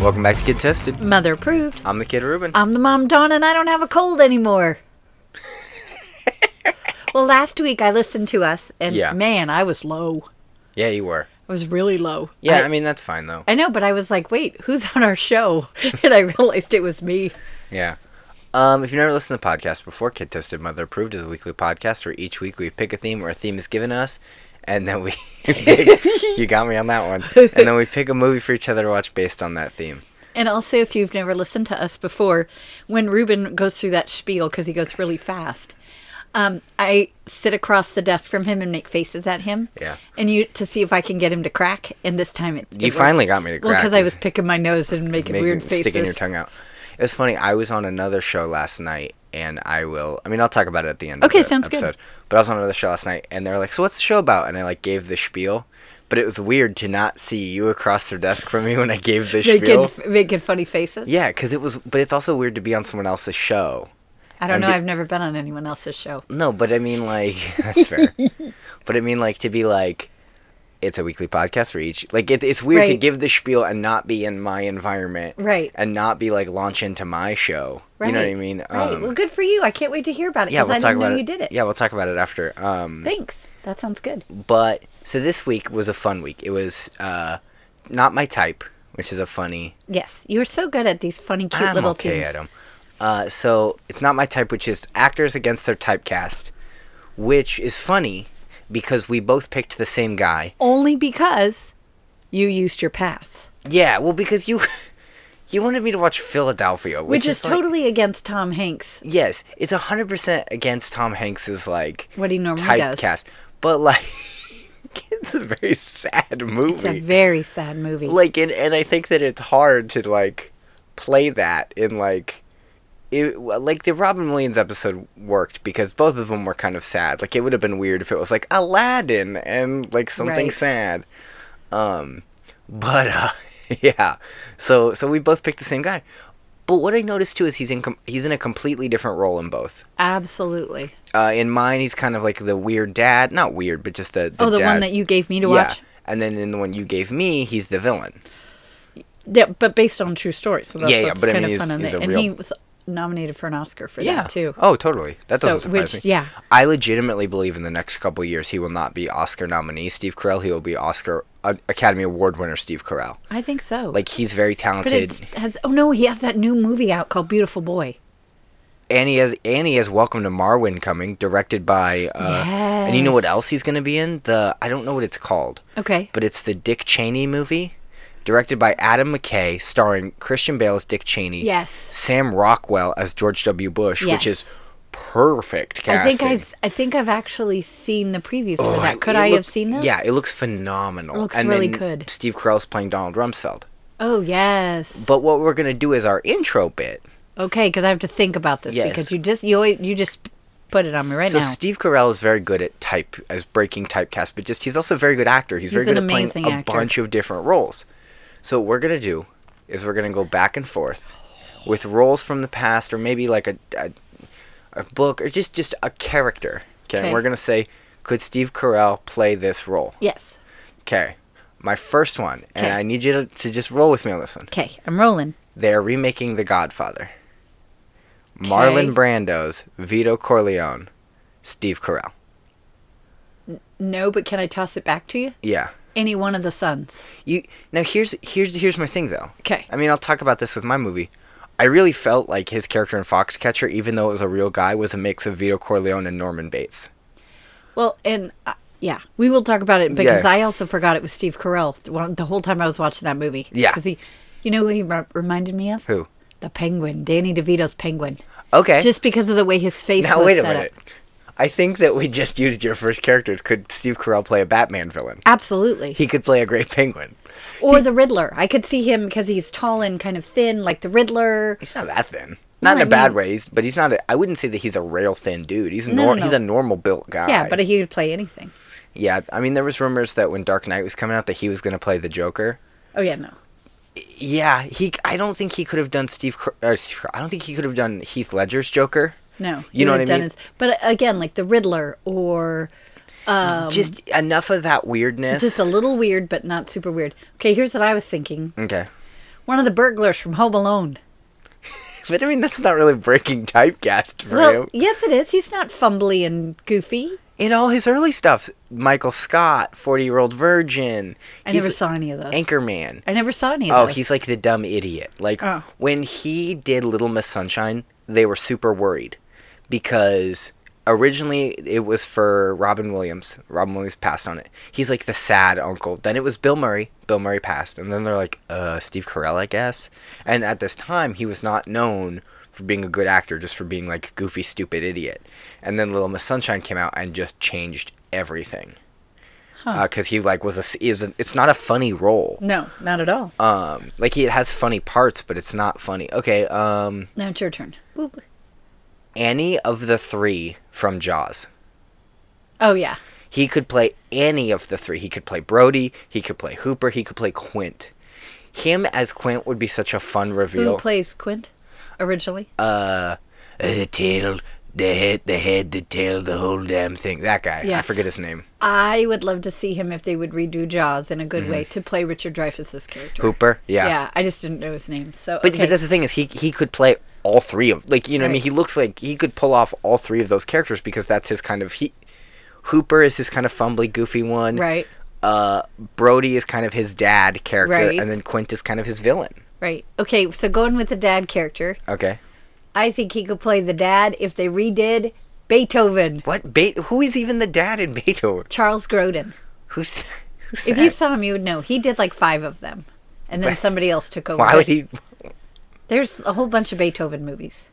Welcome back to Get Tested. Mother approved. I'm the Kid Ruben. I'm the mom, Dawn, and I don't have a cold anymore. well, last week I listened to us, and Yeah. man, I was low. yeah, you were. I was really low. Yeah, I, I mean that's fine though. I know, but I was like, wait, who's on our show? And I realized it was me. Yeah. Um, if you've never listened to podcasts before, Kid Tested Mother Approved is a weekly podcast where each week we pick a theme or a theme is given to us, and then we pick, you got me on that one, and then we pick a movie for each other to watch based on that theme. And also, if you've never listened to us before, when Ruben goes through that spiel, because he goes really fast, um, I sit across the desk from him and make faces at him. Yeah. And you to see if I can get him to crack. And this time it. You finally got me to crack. because I was picking my nose and making making- weird faces. sticking your tongue out. It's funny. I was on another show last night, and I will. I mean, I'll talk about it at the end. Okay, of the sounds good. episode. But I was on another show last night, and they were like, "So what's the show about?" And I like gave the spiel, but it was weird to not see you across their desk from me when I gave the Making, spiel. f- making funny faces. Yeah, because it was. But it's also weird to be on someone else's show. I don't and know. be- I've never been on anyone else's show. No, but I mean, like that's fair. but I mean, like to be like. It's a weekly podcast for each. Like it, it's weird to Right. give the spiel and not be in my environment, Right. And not be like launch into my show. Right. You know what I mean? Um, right. Well, good for you. I can't wait to hear about it yeah, because we'll I talk didn't know about you it. did it. Yeah, we'll talk about it after. Um, Thanks. That sounds good. but so this week was a fun week. It was uh, not my type, which is a funny. Yes. You're so good at these funny, cute I'm little okay things. at 'em. Uh, so it's not my type, which is actors against their typecast, which is funny because we both picked the same guy. Only because you used your pass, Yeah, well, because you you wanted me to watch Philadelphia, which, which, is, like- totally against Tom Hanks. yes, it's hundred percent against Tom Hanks's like What he normally does. typecast, but like. It's a very sad movie. It's a very sad movie. like and, and i think that it's hard to like play that in like it, like the robin williams episode worked because both of them were kind of sad like it would have been weird if it was like aladdin and like something Right. sad um but uh yeah so so we both picked the same guy but what i noticed too is he's in com- he's in a completely different role in both Absolutely. uh in mine he's kind of like the weird dad not weird but just the, oh, the one dad- that you gave me to yeah watch. and then in the one you gave me he's the villain Yeah, but based on true stories. So that's Yeah, yeah, what's but I mean, kind of he's- fun. on he's it. a and real- he was nominated for an Oscar for that too. Oh, totally. That So, doesn't surprise which- me. yeah. I legitimately believe in the next couple years he will not be Oscar nominee Steve Carell. He will be Oscar uh, Academy Award winner Steve Carell. I think so. Like he's very but talented, it's has oh no, he has that new movie out called Beautiful Boy. and he has and he has Welcome to Marwin coming, directed by. Uh, And you know what Yes. else he's going to be in? The I don't know what it's called, Okay. but it's the Dick Cheney movie, directed by Adam McKay, starring Christian Bale as Dick Cheney. Yes. Sam Rockwell as George W. Bush, which is Yes. perfect I casting. think I've s- I think I've actually seen the previews for Oh, that. Could it I have looks- seen this? Yeah, it looks phenomenal. It looks and really then good. Steve Carell's playing Donald Rumsfeld. Oh yes. But what we're gonna do is our intro bit. Okay, because I have to think about this Yes. because you just you always, you just put it on me right So now. Steve Carell is very good at type as breaking typecast, but just he's also a very good actor. He's, very He's good an at playing amazing a actor. bunch of different roles. So what we're gonna do is we're gonna go back and forth with roles from the past, or maybe like a a, a book, or just just a character. Okay, Okay. we're gonna say, could Steve Carell play this role? yes. Okay, my first one, and 'Kay. I need you to, to just roll with me on this one. Okay, I'm rolling. They're remaking The Godfather. Marlon Brando's Vito Corleone, Steve Carell. No, but can I toss it back to you? Yeah. Any one of the sons. You now here's here's here's my thing though. 'Kay. I mean, I'll talk about this with my movie. I really felt like his character in Foxcatcher, even though it was a real guy, was a mix of Vito Corleone and Norman Bates. Well, and uh, yeah, we will talk about it because Yeah. I also forgot it was Steve Carell th- one- the whole time I was watching that movie. Yeah. because he, you know, who he re- reminded me of Who? the Penguin, Danny DeVito's Penguin. Okay. Just because of the way his face. Eh? now was wait a set up. minute. I think that we just used your first characters. Could Steve Carell play a Batman villain? Absolutely. He could play a Great Penguin. or the Riddler. I could see him because he's tall and kind of thin, like the Riddler. He's not that thin. Not in No, a I bad mean- way, he's- but he's not. A, I wouldn't say that he's a rail thin dude. He's No, nor- no, he's no. a normal built guy. Yeah, but he could play anything. yeah. I mean, there was rumors that when Dark Knight was coming out, that he was going to play the Joker. Oh yeah, no. Yeah, he. I don't think he could have done Steve. Car- or Steve Car- I don't think he could have done Heath Ledger's Joker. No, You know what I mean? but uh, again, like the Riddler, or um, just enough of that weirdness. just a little weird, but not super weird. Okay, here's what I was thinking: okay. One of the burglars from Home Alone. But I mean, that's not really breaking typecast for Well, him. yes, it is. He's not fumbly and goofy. In all his early stuff, Michael Scott, Forty Year Old Virgin. I he's never saw any of those. Anchorman. I never saw any of Oh, those. he's like the dumb idiot. Like Oh. when he did Little Miss Sunshine, they were super worried because originally it was for Robin Williams. Robin Williams passed on it. He's like the sad uncle. Then it was Bill Murray. Bill Murray passed, and then they're like, uh, Steve Carell, I guess. And at this time, he was not known for being a good actor, just for being like goofy, stupid idiot. And then Little Miss Sunshine came out and just changed everything. Because he like was a s- is a- it's not a funny role No, not at all. um like it has funny parts but it's not funny okay um now it's your turn. Boop. any of the three from jaws Oh yeah. he could play any of the three he could play brody he could play hooper he could play quint him as quint would be such a fun Who reveal plays Quint originally? uh the tail the head the head the tail the whole damn thing that guy i Yeah. forget his name I would love to see him if they would redo Jaws in a good way to play Richard Dreyfuss's character. hooper Mm-hmm. yeah, Yeah. I just didn't know his name. So But, okay. but that's the thing is he he could play all three of like you know what I mean Right. he looks like he could pull off all three of those characters because that's his kind of he Hooper is his kind of fumbly goofy one right, uh Brody is kind of his dad character Right. and then Quint is kind of his villain right. Okay, so going with the dad character, okay I think he could play the dad if they redid Beethoven, what Be- who is even the dad in Beethoven Charles Grodin. who's that? who's If that? you saw him, you would know he did like five of them, and then somebody else took over. why would he There's a whole bunch of Beethoven movies.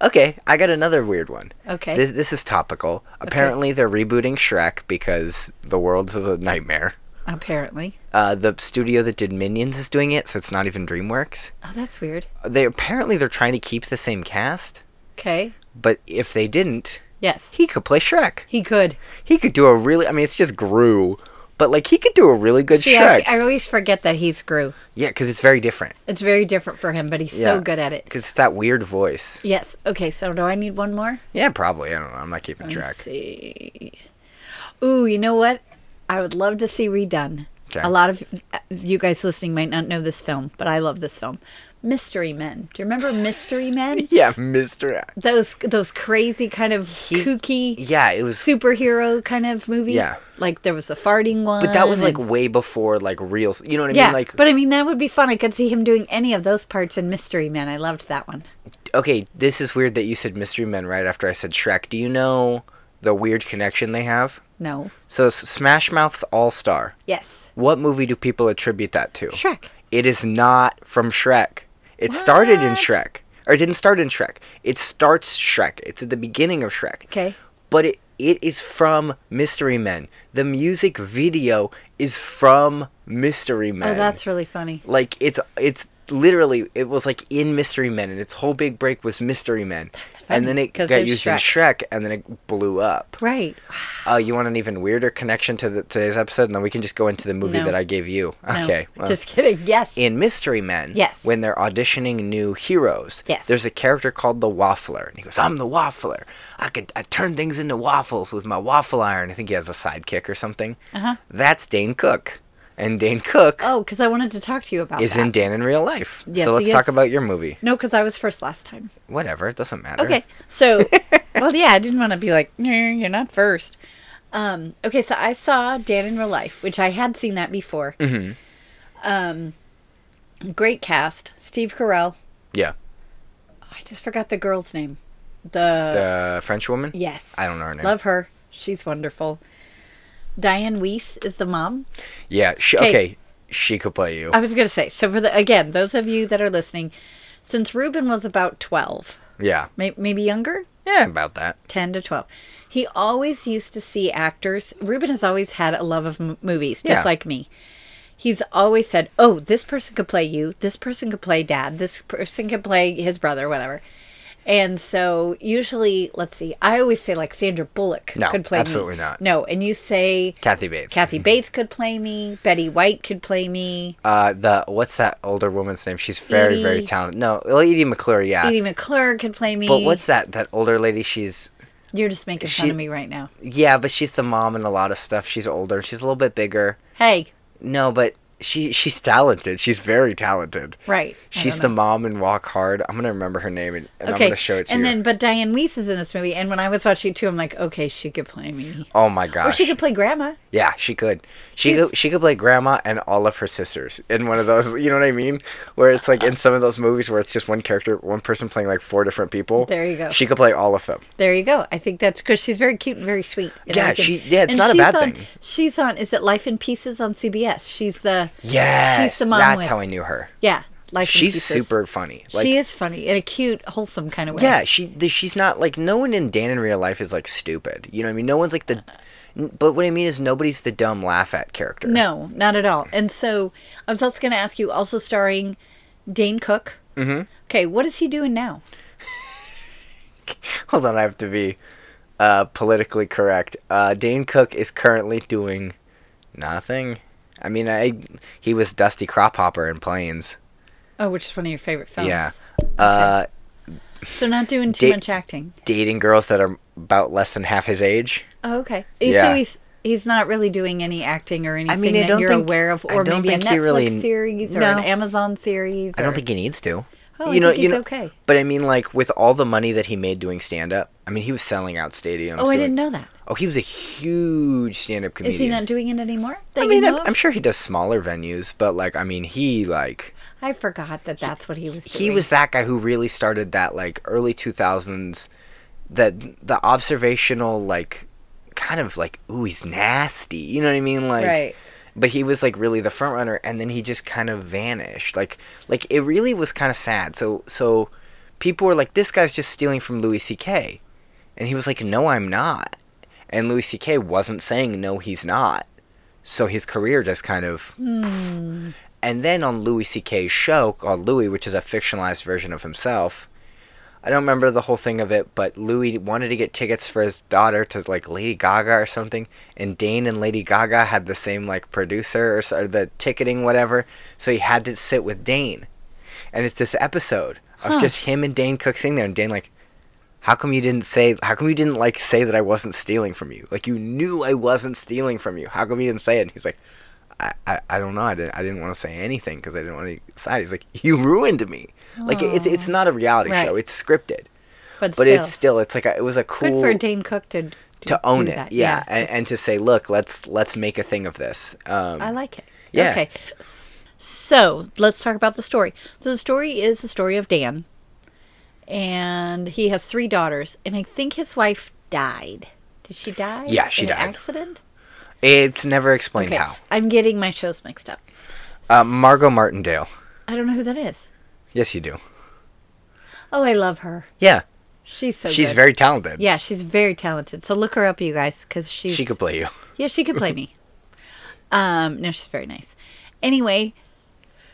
okay I got another weird one Okay. this this is topical apparently they're rebooting Shrek because the world's is a nightmare Apparently. uh the studio that did Minions is doing it so it's not even DreamWorks. Oh, that's weird. they apparently they're trying to keep the same cast, Okay. but if they didn't, Yes. he could play Shrek. He could. He could do a really I mean it's just Gru, but like he could do a really good See, I, Shrek. I always forget that he's Gru. yeah, cuz it's very different. It's very different for him, but he's Yeah. so good at it. Cuz it's that weird voice. Yes. Okay. So do I need one more? Yeah, probably. I don't know. I'm not keeping track. Let's see. Ooh, you know what? I would love to see redone. Okay. A lot of uh, you guys listening might not know this film, but I love this film. Mystery Men. Do you remember Mystery Men? Yeah, Mr. A- Those those crazy kind of kooky Yeah, it was superhero kind of movie. Yeah. Like there was the farting one. but that was like and- way before like real, s- you know what I yeah. mean? Like but I mean that would be fun. I could see him doing any of those parts in Mystery Men. I loved that one. okay, this is weird that you said Mystery Men right after I said Shrek. Do you know the weird connection they have? No. So S- Smash Mouth's All-Star. Yes. What movie do people attribute that to? Shrek. It is not from Shrek. It started in What? Shrek. Or it didn't start in Shrek. It starts Shrek. It's at the beginning of Shrek. Okay. But it, it is from Mystery Men. The music video is from Mystery Men. Oh, that's really funny. like it's it's literally it was like in Mystery Men and its whole big break was Mystery Men. That's funny, And then it 'cause got of used in Shrek and then it blew up. Right. Uh, you want an even weirder connection to the, today's episode and then we can just go into the movie No. that I gave you. No, Okay. well Just kidding. Yes. in Mystery Men, Yes. when they're auditioning new heroes, Yes. there's a character called the Waffler, and he goes, "I'm the Waffler. I could I turn things into waffles with my waffle iron." I think he has a sidekick or something. Uh-huh. That's Dane Cook, and Dane Cook Oh, because I wanted to talk to you about is that. in Dan in real life. Yes, so let's he talk is. about your movie. no, because I was first last time. Whatever, it doesn't matter. Okay, so well, yeah, I didn't want to be like, no, you're not first. Um, okay, so I saw Dan in Real Life, which I had seen that before. Mm-hmm. Um, great cast: Steve Carell. Yeah, I just forgot the girl's name. The, the French woman. yes, I don't know her name. Love her. She's wonderful. Diane Weiss is the mom. Yeah. She, 'Kay. okay. She could play you. I was gonna say. So for the again, those of you that are listening, since Ruben was about twelve, yeah. may, maybe younger, Yeah, about that. 10 to 12. He always used to see actors. Ruben has always had a love of m- movies, just Yeah. like me. He's always said, Oh, this person could play you. This person could play dad. This person could play his brother, whatever. And so, usually, let's see, I always say, like, Sandra Bullock No, could play me. absolutely not. No, and you say Kathy Bates. Kathy Bates could play me. Betty White could play me. Uh, the what's that older woman's name? She's very, very Edie- talented. No, well, Edie McClure. Yeah. Edie McClure could play me. But what's that? That older lady. She's You're just making fun she- of me right now. yeah, but she's the mom in a lot of stuff. She's older. She's a little bit bigger. Hey, No, but she she's talented. She's very talented. Right. I She's don't the know. mom in Walk Hard. I'm gonna remember her name and, and I'm Okay. gonna show it to and you. then, but Diane Weiss is in this movie, and when I was watching it too, I'm like, okay, she could play me, oh my or gosh. she could play Grandma. yeah, she could. She She's- could, she could play grandma and all of her sisters in one of those. You know what I mean? Where it's like in some of those movies where it's just one character, one person playing like four different people. There you go. She could play all of them. There you go. I think that's because she's very cute and very sweet. and Yeah, everything. she- yeah, it's And not a she's bad on- thing. She's on. Is it Life in Pieces on CBS? She's the. Yes, She's the mom. that's with- how I knew her. Yeah, Life in She's Pieces. super funny. Like she is funny in a cute, wholesome kind of way. Yeah, she th- she's not like no one in Dan in real life is like stupid. You know what I mean? No one's like the. n- But what I mean is nobody's the dumb laugh at character. No, not at all. And so I was also going to ask you, also starring Dane Cook. Mm-hmm. Okay, what is he doing now? Hold on, I have to be uh, politically correct. Uh, Dane Cook is currently doing nothing. I mean, I he was Dusty Crop Hopper in Planes. Oh, which is one of your favorite films. Yeah. Uh, So not doing too Da- much acting. dating girls that are about less than half his age. Oh, okay. Yeah. So he's he's not really doing any acting or anything I that don't you're think- aware of, I or don't maybe a think he Netflix really- series or No. an Amazon series. I don't or- think he needs to. Oh, I think he's okay. But I mean, like with all the money that he made doing stand up, I mean, he was selling out stadiums. Oh, I doing- didn't know that. Oh, he was a huge stand-up comedian. Is he not doing it anymore? that I you mean, I'm, know of? I'm sure he does smaller venues, but like, I mean, he like I forgot that that's what he was doing. he was that guy who really started that like early 2000s, that the observational like kind of like ooh he's nasty, you know what I mean? Like, Right. but he was like really the front runner, and then he just kind of vanished. Like, like it really was kind of sad. So, so people were like, this guy's just stealing from Louis C.K., and he was like, no, I'm not. And Louis C.K. wasn't saying no, he's not. So his career just kind of. And then on Louis C.K.'s show called Louis, which is a fictionalized version of himself, I don't remember the whole thing of it, but Louis wanted to get tickets for his daughter to like Lady Gaga or something, and Dane and Lady Gaga had the same like producer or, s- or the ticketing whatever, so he had to sit with Dane, and it's this episode of just him and Dane Cook sitting there, and Dane like, how come you didn't say? How come you didn't like say that I wasn't stealing from you? Like you knew I wasn't stealing from you. How come you didn't say it? And he's like, I, I, I don't know. I didn't I didn't want to say anything because I didn't want to decide. He's like, you ruined me. Like it's it's not a reality Right. show. It's scripted, but but, still, it's still it's like a, it was a cool good for Dane Cook to to, to own do it. that. Yeah, And, and to say, look, let's let's make a thing of this. Um, I like it. Yeah. Okay. So let's talk about the story. So the story is the story of Dan, and he has three daughters, and I think his wife died. Did she die? Yeah, she in died. An accident. it's never explained Okay. how. I'm getting my shows mixed up. Uh, Margot Martindale. I don't know who that is. Yes, you do. Oh, I love her. Yeah, She's so. she's good. very talented. Yeah, she's very talented. So look her up, you guys, because she's she could play you. Yeah, she could play me. Um, no, she's very nice. Anyway,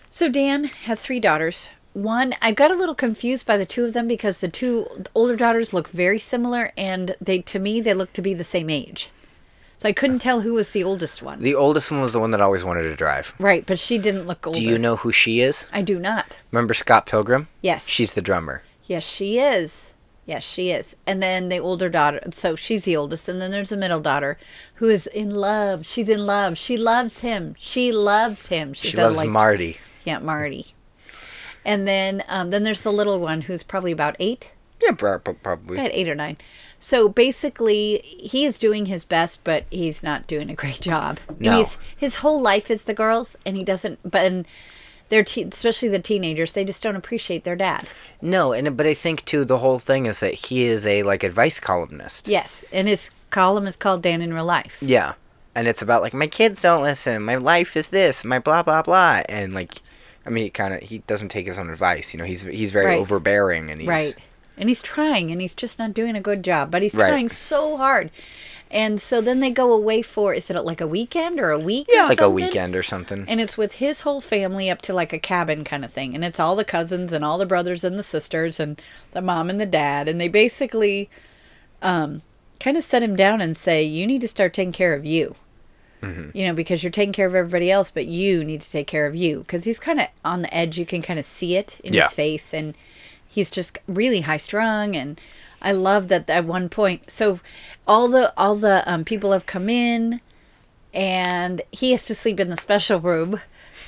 so Dan has three daughters. One, I got a little confused by the two of them because the two older daughters look very similar, and they to me they look to be the same age. So I couldn't tell who was the oldest one. The oldest one was the one that always wanted to drive. right, but she didn't look older. Do you know who she is? I do not. Remember Scott Pilgrim? Yes. She's the drummer. Yes, she is. Yes, she is. And then the older daughter, so she's the oldest. And then there's the middle daughter who is in love. She's in love. She loves him. She loves him. She's She loves like Marty. Yeah, Marty. And then um, then there's the little one who's probably about eight, Yeah, prob- prob- probably. about eight or nine. So basically, he is doing his best, but he's not doing a great job. And No. he's- his whole life is the girls, and he doesn't. But and they're te- especially the teenagers; they just don't appreciate their dad. No, and but I think too the whole thing is that he is a like advice columnist. Yes, and his column is called Dan in Real Life. Yeah. And it's about like my kids don't listen, my life is this, my blah blah blah, and like, I mean, he kind of he doesn't take his own advice. You know, he's he's very Right. overbearing and he's Right. And he's trying and he's just not doing a good job, but he's Right. trying so hard. And so then they go away for is it like a weekend or a week? or yeah like a something? weekend or something. And it's with his whole family up to like a cabin kind of thing. And it's all the cousins and all the brothers and the sisters and the mom and the dad. And they basically um, kind of set him down and say, you need to start taking care of you. You know, because you're taking care of everybody else, but you need to take care of you. Because he's kind of on the edge. You can kind of see it in Yeah. his face. And he's just really high strung. And I love that at one point. So all the all the um, people have come in and he has to sleep in the special room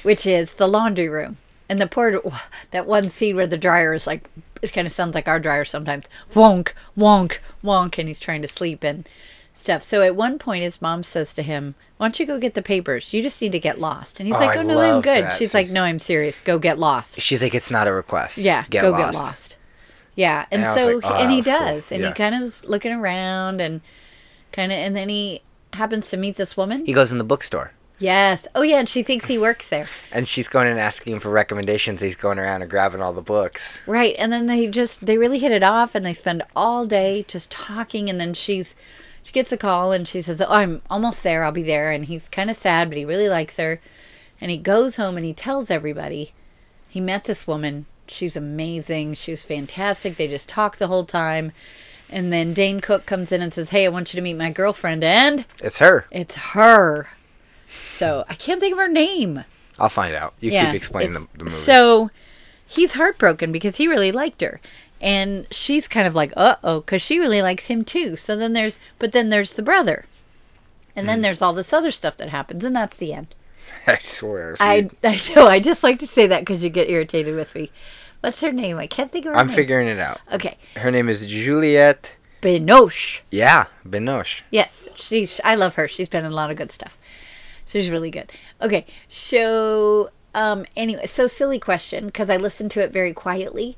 which is the laundry room. And the poor, that one scene where the dryer is like, it kind of sounds like our dryer sometimes wonk, wonk, wonk, and he's trying to sleep and stuff. So at one point, his mom says to him, Why don't you go get the papers? You just need to get lost. And he's Oh, like, I Oh, no, I'm love good. that She's scene. like, No, I'm serious. Go get lost. She's like, it's not a request. Yeah, go get lost. Yeah, and, And I was so like, "Oh, and that he was cool." does, and Yeah. he kind of is looking around and kind of, and then he happens to meet this woman. He goes in the bookstore. yes. Oh yeah, and she thinks he works there. And she's going and asking him for recommendations. He's going around and grabbing all the books. Right. And then they just they really hit it off and they spend all day just talking and then she's she gets a call and she says, "Oh, I'm almost there. I'll be there." And he's kind of sad, but he really likes her. And he goes home and he tells everybody he met this woman. She's amazing. She was fantastic. They just talk the whole time. And then Dane Cook comes in and says, "Hey, I want you to meet my girlfriend." And It's her. it's her. So, I can't think of her name I'll find out. You keep explaining the, it's- the movie. So he's heartbroken because he really liked her. And she's kind of like, uh oh, because she really likes him too. So then there's, but then there's the brother. And Mm. then there's all this other stuff that happens. And that's the end. I swear. if I, you- I know. I just like to say that because you get irritated with me. What's her name? I can't think of her I'm name. figuring it out. Okay. Her name is Juliette. Binoche. Yeah, Binoche. Yes, she. I love her. She's been in a lot of good stuff. So she's really good. Okay, so um, anyway, so silly question because I listened to it very quietly.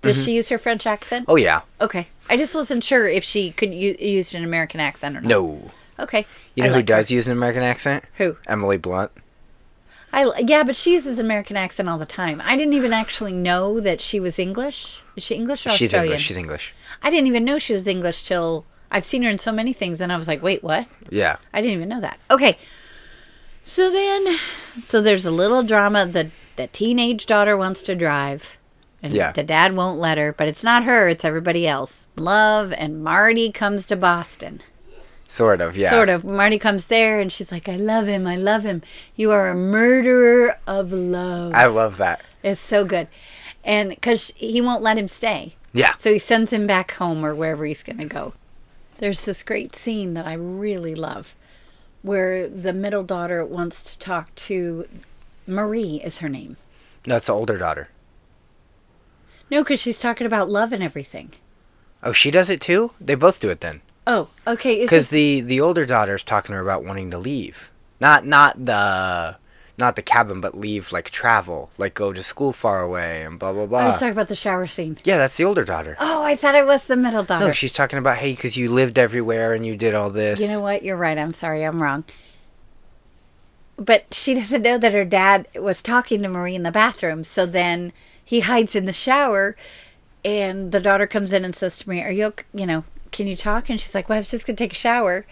Does she use her French accent? Mm-hmm. Oh yeah. Okay, I just wasn't sure if she could u- use an American accent or not. No. Okay. You I know who like her. does use an American accent? Who? Emily Blunt. I li- yeah, but she uses American accent all the time. I didn't even actually know that she was English. Is she English or She's Australian? English. She's English. I didn't even know she was English till I've seen her in so many things, and I was like, wait, what? Yeah. I didn't even know that. Okay. So then, so there's a little drama that the teenage daughter wants to drive. And Yeah. the dad won't let her, but it's not her, it's everybody else. Love and Marty comes to Boston. Sort of. Yeah. Sort of. Marty comes there and she's like, I love him, I love him. You are a murderer of love. I love that. it's so good. And because he won't let him stay. Yeah. So he sends him back home or wherever he's going to go. There's this great scene that I really love where the middle daughter wants to talk to Marie, is her name. No, it's the older daughter. No, because she's talking about love and everything. Oh, she does it too. They both do it then. Oh, okay. Is Because the this, the older daughter's talking to her about wanting to leave. Not not the not the cabin, but leave like travel, like go to school far away and blah blah I blah. was talking about the shower scene. Yeah, that's the older daughter. Oh, I thought it was the middle daughter. No, she's talking about hey, because you lived everywhere and you did all this. You know what? You're right. I'm sorry. I'm wrong. But she doesn't know that her dad was talking to Marie in the bathroom. So then he hides in the shower, and the daughter comes in and says to Marie, "Are you? ok- You know, can you talk?" And she's like, "Well, I was just gonna take a shower."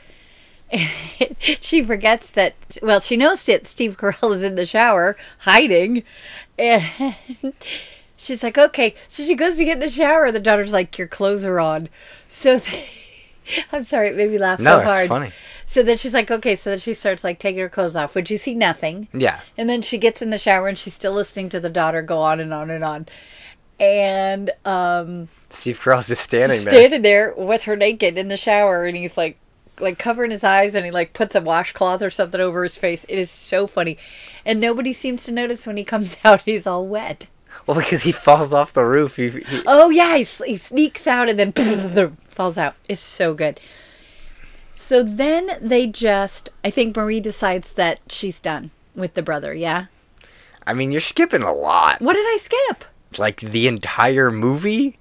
And she forgets that. Well, she knows that Steve Carell is in the shower hiding, and she's like, "Okay." So she goes to get in the shower. The daughter's like, "Your clothes are on." So. I'm sorry, it made me laugh No, so it's hard. funny. So then she's like, okay, so then she starts like taking her clothes off, which you see nothing. Yeah. And then she gets in the shower and she's still listening to the daughter go on and on and on. And um Steve Carell's just standing there. standing there with her naked in the shower and he's like like covering his eyes and he like puts a washcloth or something over his face. It is so funny. And nobody seems to notice when he comes out he's all wet. Well, because he falls off the roof. He, he, Oh yeah, he, s- he sneaks out and then falls out. It's so good. So then they just, I think Marie decides that she's done with the brother. Yeah. I mean, you're skipping a lot. What did I skip? Like the entire movie.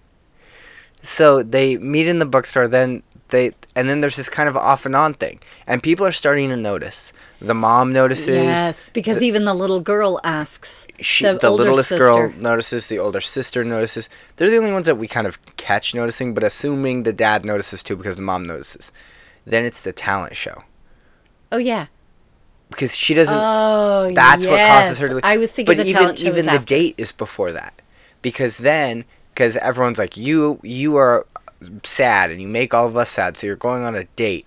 So they meet in the bookstore. Then they and then there's this kind of off and on thing, and people are starting to notice. The mom notices. yes, because even the little girl asks. she, the, older littlest sister. girl notices, the older sister notices. They're the only ones that we kind of catch noticing, but assuming the dad notices too because the mom notices. Then it's the talent show Oh yeah. because she doesn't. Oh. that's what causes yes. her to. I was thinking but the even talent show even was the after. date is before that because then because everyone's like you you are sad and you make all of us sad, so you're going on a date.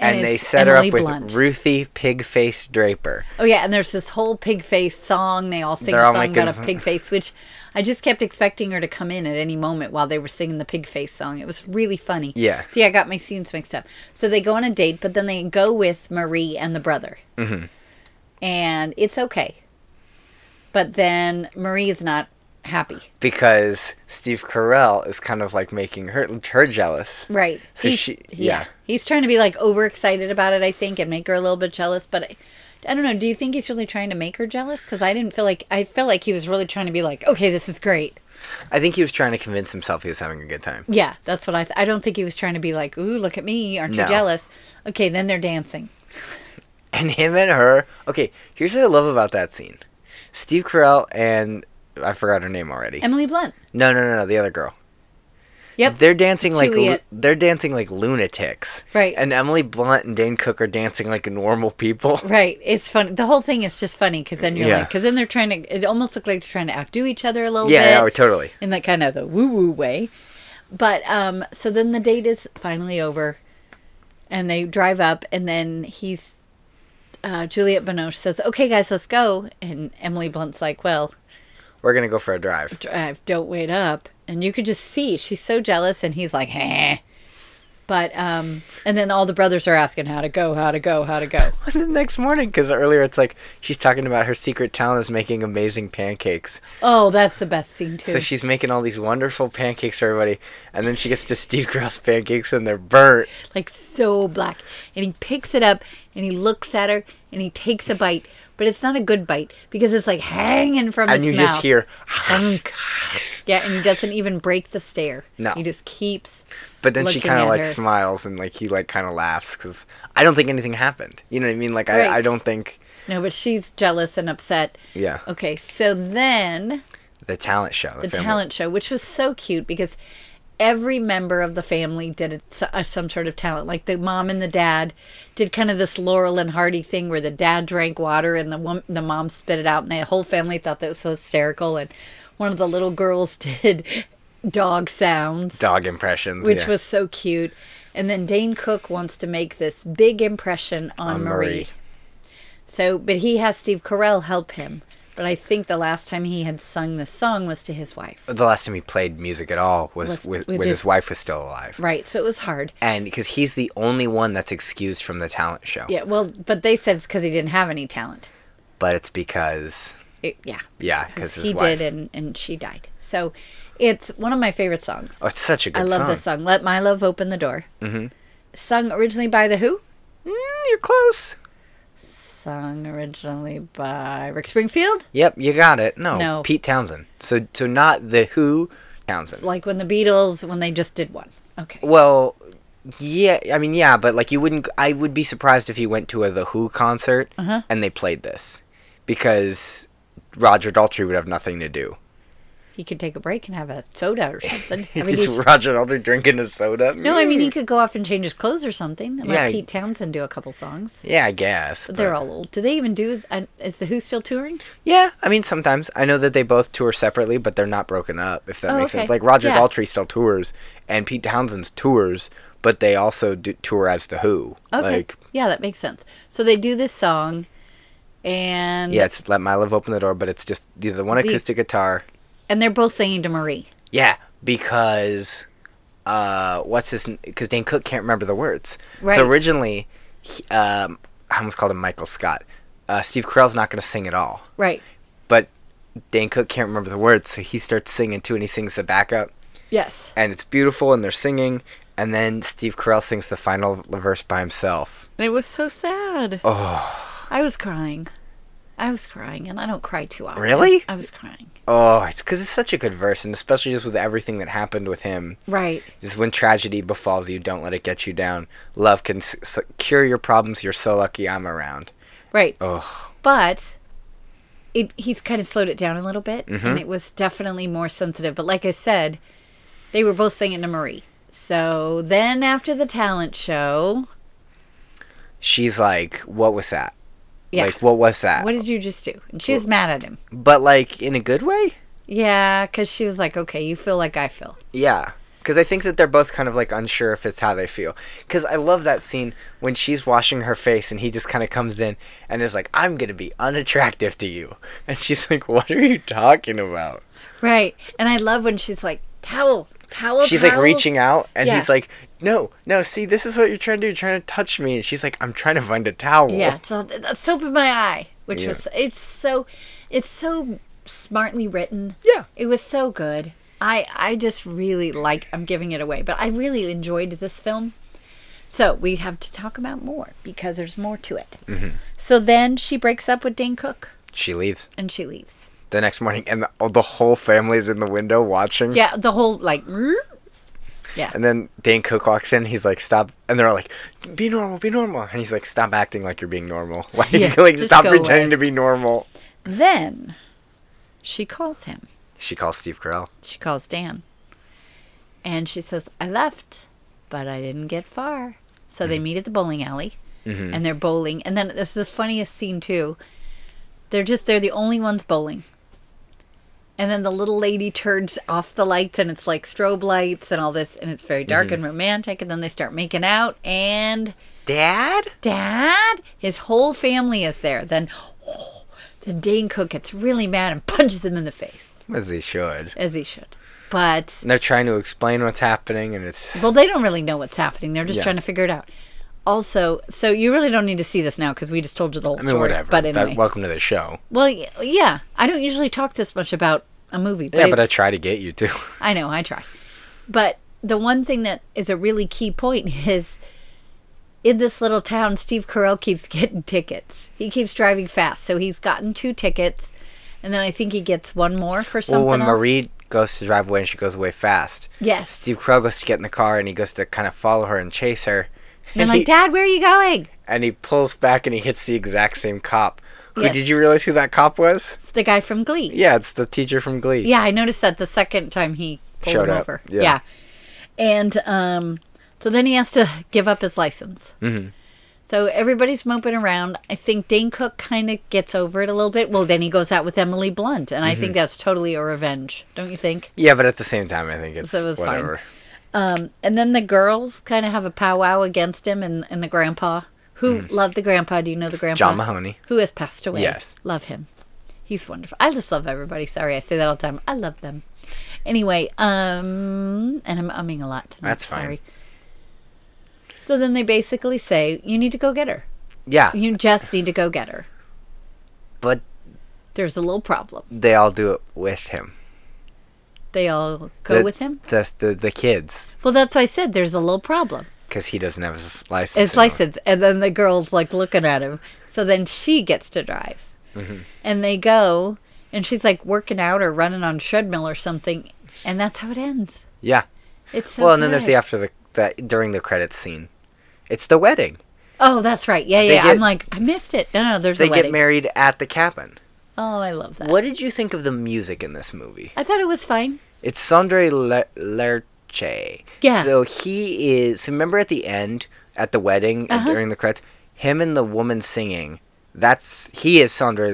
And And, they it's set Emily her up Blunt. with Ruthie Pigface Draper. Oh yeah, and there's this whole pig face song. They all sing They're a all song making about a fun- pig face, which I just kept expecting her to come in at any moment while they were singing the pig face song. It was really funny. Yeah. See, I got my scenes mixed up. So they go on a date, but then they go with Marie and the brother. Mm-hmm. And it's okay. but then Marie is not happy. because Steve Carell is kind of like making her her jealous. Right. So He's- she- yeah. He's trying to be like overexcited about it, I think, and make her a little bit jealous. But I, I don't know. Do you think he's really trying to make her jealous? Because I didn't feel like I felt like he was really trying to be like, okay, this is great. I think he was trying to convince himself he was having a good time. Yeah, that's what I. Th- I don't think he was trying to be like, ooh, look at me, aren't you No. jealous? Okay, then they're dancing. And him and her. Okay, here's what I love about that scene. Steve Carell and I forgot her name already. Emily Blunt. No, no, no, no, the other girl. Yep. They're dancing like lu- Juliet. they're dancing like lunatics. Right. And Emily Blunt and Dane Cook are dancing like normal people. Right, it's funny. The whole thing is just funny because then you're Yeah. like, because then they're trying to. It almost looked like they're trying to outdo each other a little bit. Yeah, yeah, totally. in that kind of the woo woo way. But um, so then the date is finally over, and they drive up, and then he's uh, Juliette Binoche says, "Okay, guys, let's go." And Emily Blunt's like, "Well, We're gonna go for a drive. drive, don't wait up." And you could just see she's so jealous, and he's like, "Heh." But um, and then all the brothers are asking how to go, how to go, how to go. the next morning, because earlier it's like she's talking about her secret talent is making amazing pancakes. Oh, that's the best scene too. So she's making all these wonderful pancakes for everybody, and then she gets to Steve Carell's pancakes and they're burnt. like so black. And he picks it up and he looks at her and he takes a bite, but it's not a good bite because it's like hanging from And his you mouth. just hear, yeah, and he doesn't even break the stare. No. he just keeps. but then she Looking kind at of like her. smiles and like he like kind of laughs because I don't think anything happened. You know what I mean? Like Right. I, I don't think No, but she's jealous and upset. Yeah. Okay, so then the talent show. the talent show, which was so cute because every member of the family did a, so- uh, some sort of talent. Like the mom and the dad did kind of this Laurel and Hardy thing where the dad drank water and the wom- the mom spit it out, and the whole family thought that was so hysterical. And one of the little girls did dog sounds, dog impressions, which yeah. was so cute. And then Dane Cook wants to make this big impression on, On Marie. Marie. So, but he has Steve Carell help him. But I think the last time he had sung this song was to his wife. the last time he played music at all was, Was with, with when his, his- wife was still alive. Right. So it was hard. And because he's the only one that's excused from the talent show. Yeah. Well, but they said it's because he didn't have any talent. But it's because, It- yeah. yeah, because his he wife. did, and, and she died. So it's one of my favorite songs. Oh, it's such a good I love song. this song. Let My Love Open the Door. Mm-hmm. Sung originally by The Who. Mm, you're close. Sung originally by Rick Springfield. Yep, you got it. No, No. Pete Townsend. So, so not the Who, It's Townsend. Like when the Beatles, when they just did one. Okay. Well, yeah, I mean, yeah, but like you wouldn't. I would be surprised if you went to a The Who concert Uh-huh. and they played this, because Roger Daltrey would have nothing to do. He could take a break and have a soda or something. I mean, Just he- Roger Daltrey drinking a soda. Mm. no, I mean, he could go off and change his clothes or something. Let Yeah. Pete Townsend do a couple songs. yeah, I guess. But they're but- all old. Do they even do? and Is The Who still touring? Yeah, I mean, sometimes I know that they both tour separately, but they're not broken up. If that Oh, makes okay. sense. Like Roger Yeah. Daltrey still tours, and Pete Townsend's tours, but they also do tour as the Who. Okay. Like, yeah, that makes sense. So they do this song, and yeah, it's "Let My Love Open the Door," but it's just the, the one acoustic guitar. and they're both singing to Marie. Yeah, because uh, what's his? Because Dane Cook can't remember the words. Right. So originally, he, um, I almost called him Michael Scott. Uh, Steve Carell's not going to sing at all, Right. but Dane Cook can't remember the words, so he starts singing too, and he sings the backup, Yes. and it's beautiful, and they're singing, and then Steve Carell sings the final verse by himself. And it was so sad. Oh. I was crying. I was crying, and I don't cry too often. Really? I was crying. Oh, it's because it's such a good verse, and especially just with everything that happened with him. Right. Just when tragedy befalls you, don't let it get you down. Love can s- s- cure your problems. You're so lucky I'm around. Right. Ugh. But it he's kind of slowed it down a little bit, Mm-hmm. and it was definitely more sensitive. But like I said, they were both singing to Marie. So then after the talent show, She's like, what was that? yeah. Like, what was that? what did you just do? And she was mad at him. but, like, in a good way? Yeah, because she was like, okay, you feel like I feel. Yeah. Because I think that they're both kind of, like, unsure if it's how they feel. Because I love that scene when she's washing her face and he just kind of comes in and is like, I'm going to be unattractive to you. And she's like, what are you talking about? Right. And I love when she's like, towel, towel, She's, towel. like, reaching out and Yeah. he's like, no, no, see, this is what you're trying to do. You're trying to touch me. And she's like, I'm trying to find a towel. Yeah, so th- th- soap in my eye, which Yeah. was, it's so, it's so smartly written. Yeah. It was so good. I I just really like I'm giving it away, but I really enjoyed this film. So we have to talk about more because there's more to it. Mm-hmm. So then she breaks up with Dane Cook She leaves and she leaves. the next morning, and the, oh, the whole family's in the window watching. Yeah, the whole like Yeah. And then Dane Cook walks in. He's like, "Stop!" And they're all like, "Be normal, be normal." And he's like, "Stop acting like you're being normal. Like, Yeah, like just stop go pretending away." to be normal." Then she calls him. She calls Steve Carell. She calls Dan. And she says, I left, but I didn't get far. So they meet at the bowling alley and they're bowling. And then this is the funniest scene, too. They're just, they're the only ones bowling. And then the little lady turns off the lights and it's like strobe lights and all this. And it's very dark and romantic. And then they start making out. And Dad? dad, his whole family is there. Then, oh, then Dane Cook gets really mad and punches him in the face, As he should. as he should. But And they're trying to explain what's happening, and it's Well, they don't really know what's happening. They're just Yeah. trying to figure it out. Also, so you really don't need to see this now because we just told you the whole I mean, story. whatever. But That- anyway, welcome to the show. well, y- yeah, I don't usually talk this much about a movie. But Yeah, but I it's- try to get you to. I know I try. But the one thing that is a really key point is in this little town, Steve Carell keeps getting tickets. He keeps driving fast, so he's gotten two tickets, and then I think he gets one more for something well, when else. Marie goes to drive away, and she goes away fast. Yes. Steve Carell goes to get in the car, and he goes to kind of follow her and chase her. and I'm he, like, Dad, where are you going? and he pulls back, and he hits the exact same cop. Who Yes. did you realize who that cop was? It's the guy from Glee. Yeah, it's the teacher from Glee. Yeah, I noticed that the second time he pulled Showed him up, over. yeah. Yeah. And um, so then he has to give up his license. Mm-hmm. So everybody's moping around. I think Dane Cook kind of gets over it a little bit. Well, then he goes out with Emily Blunt, and I Mm-hmm. think that's totally a revenge, don't you think? Yeah, but at the same time, I think it's So it was fine. whatever. Um, and then the girls kind of have a powwow against him and, and the grandpa. Who loved the grandpa? Do you know the grandpa? Mm. John Mahoney. Who has passed away. Yes. Love him. He's wonderful. I just love everybody. Sorry, I say that all the time. I love them. Anyway, um, and I'm umming a lot tonight. That's fine. Sorry. So then they basically say, you need to go get her. Yeah, You just need to go get her. but There's a little problem. they all do it with him. They all go The- with him. The the, the kids, Well, that's why I said there's a little problem. because he doesn't have his license. It's anymore. license. And then the girl's like looking at him. So then she gets to drive. Mm-hmm. And they go, and she's like working out or running on treadmill or something. And that's how it ends. Yeah. It's so Well, and then there's good. the after the that during the credits scene. It's the wedding. oh, that's right. Yeah, yeah. get- I'm like, I missed it. No, no, there's They a get wedding. married at the cabin. oh, I love that. What did you think of the music in this movie? I thought it was fine. It's Sandre Le- Lerche. Yeah. So he is. So remember at the end, at the wedding, Uh-huh. and during the credits, him and the woman singing. That's he is Sandre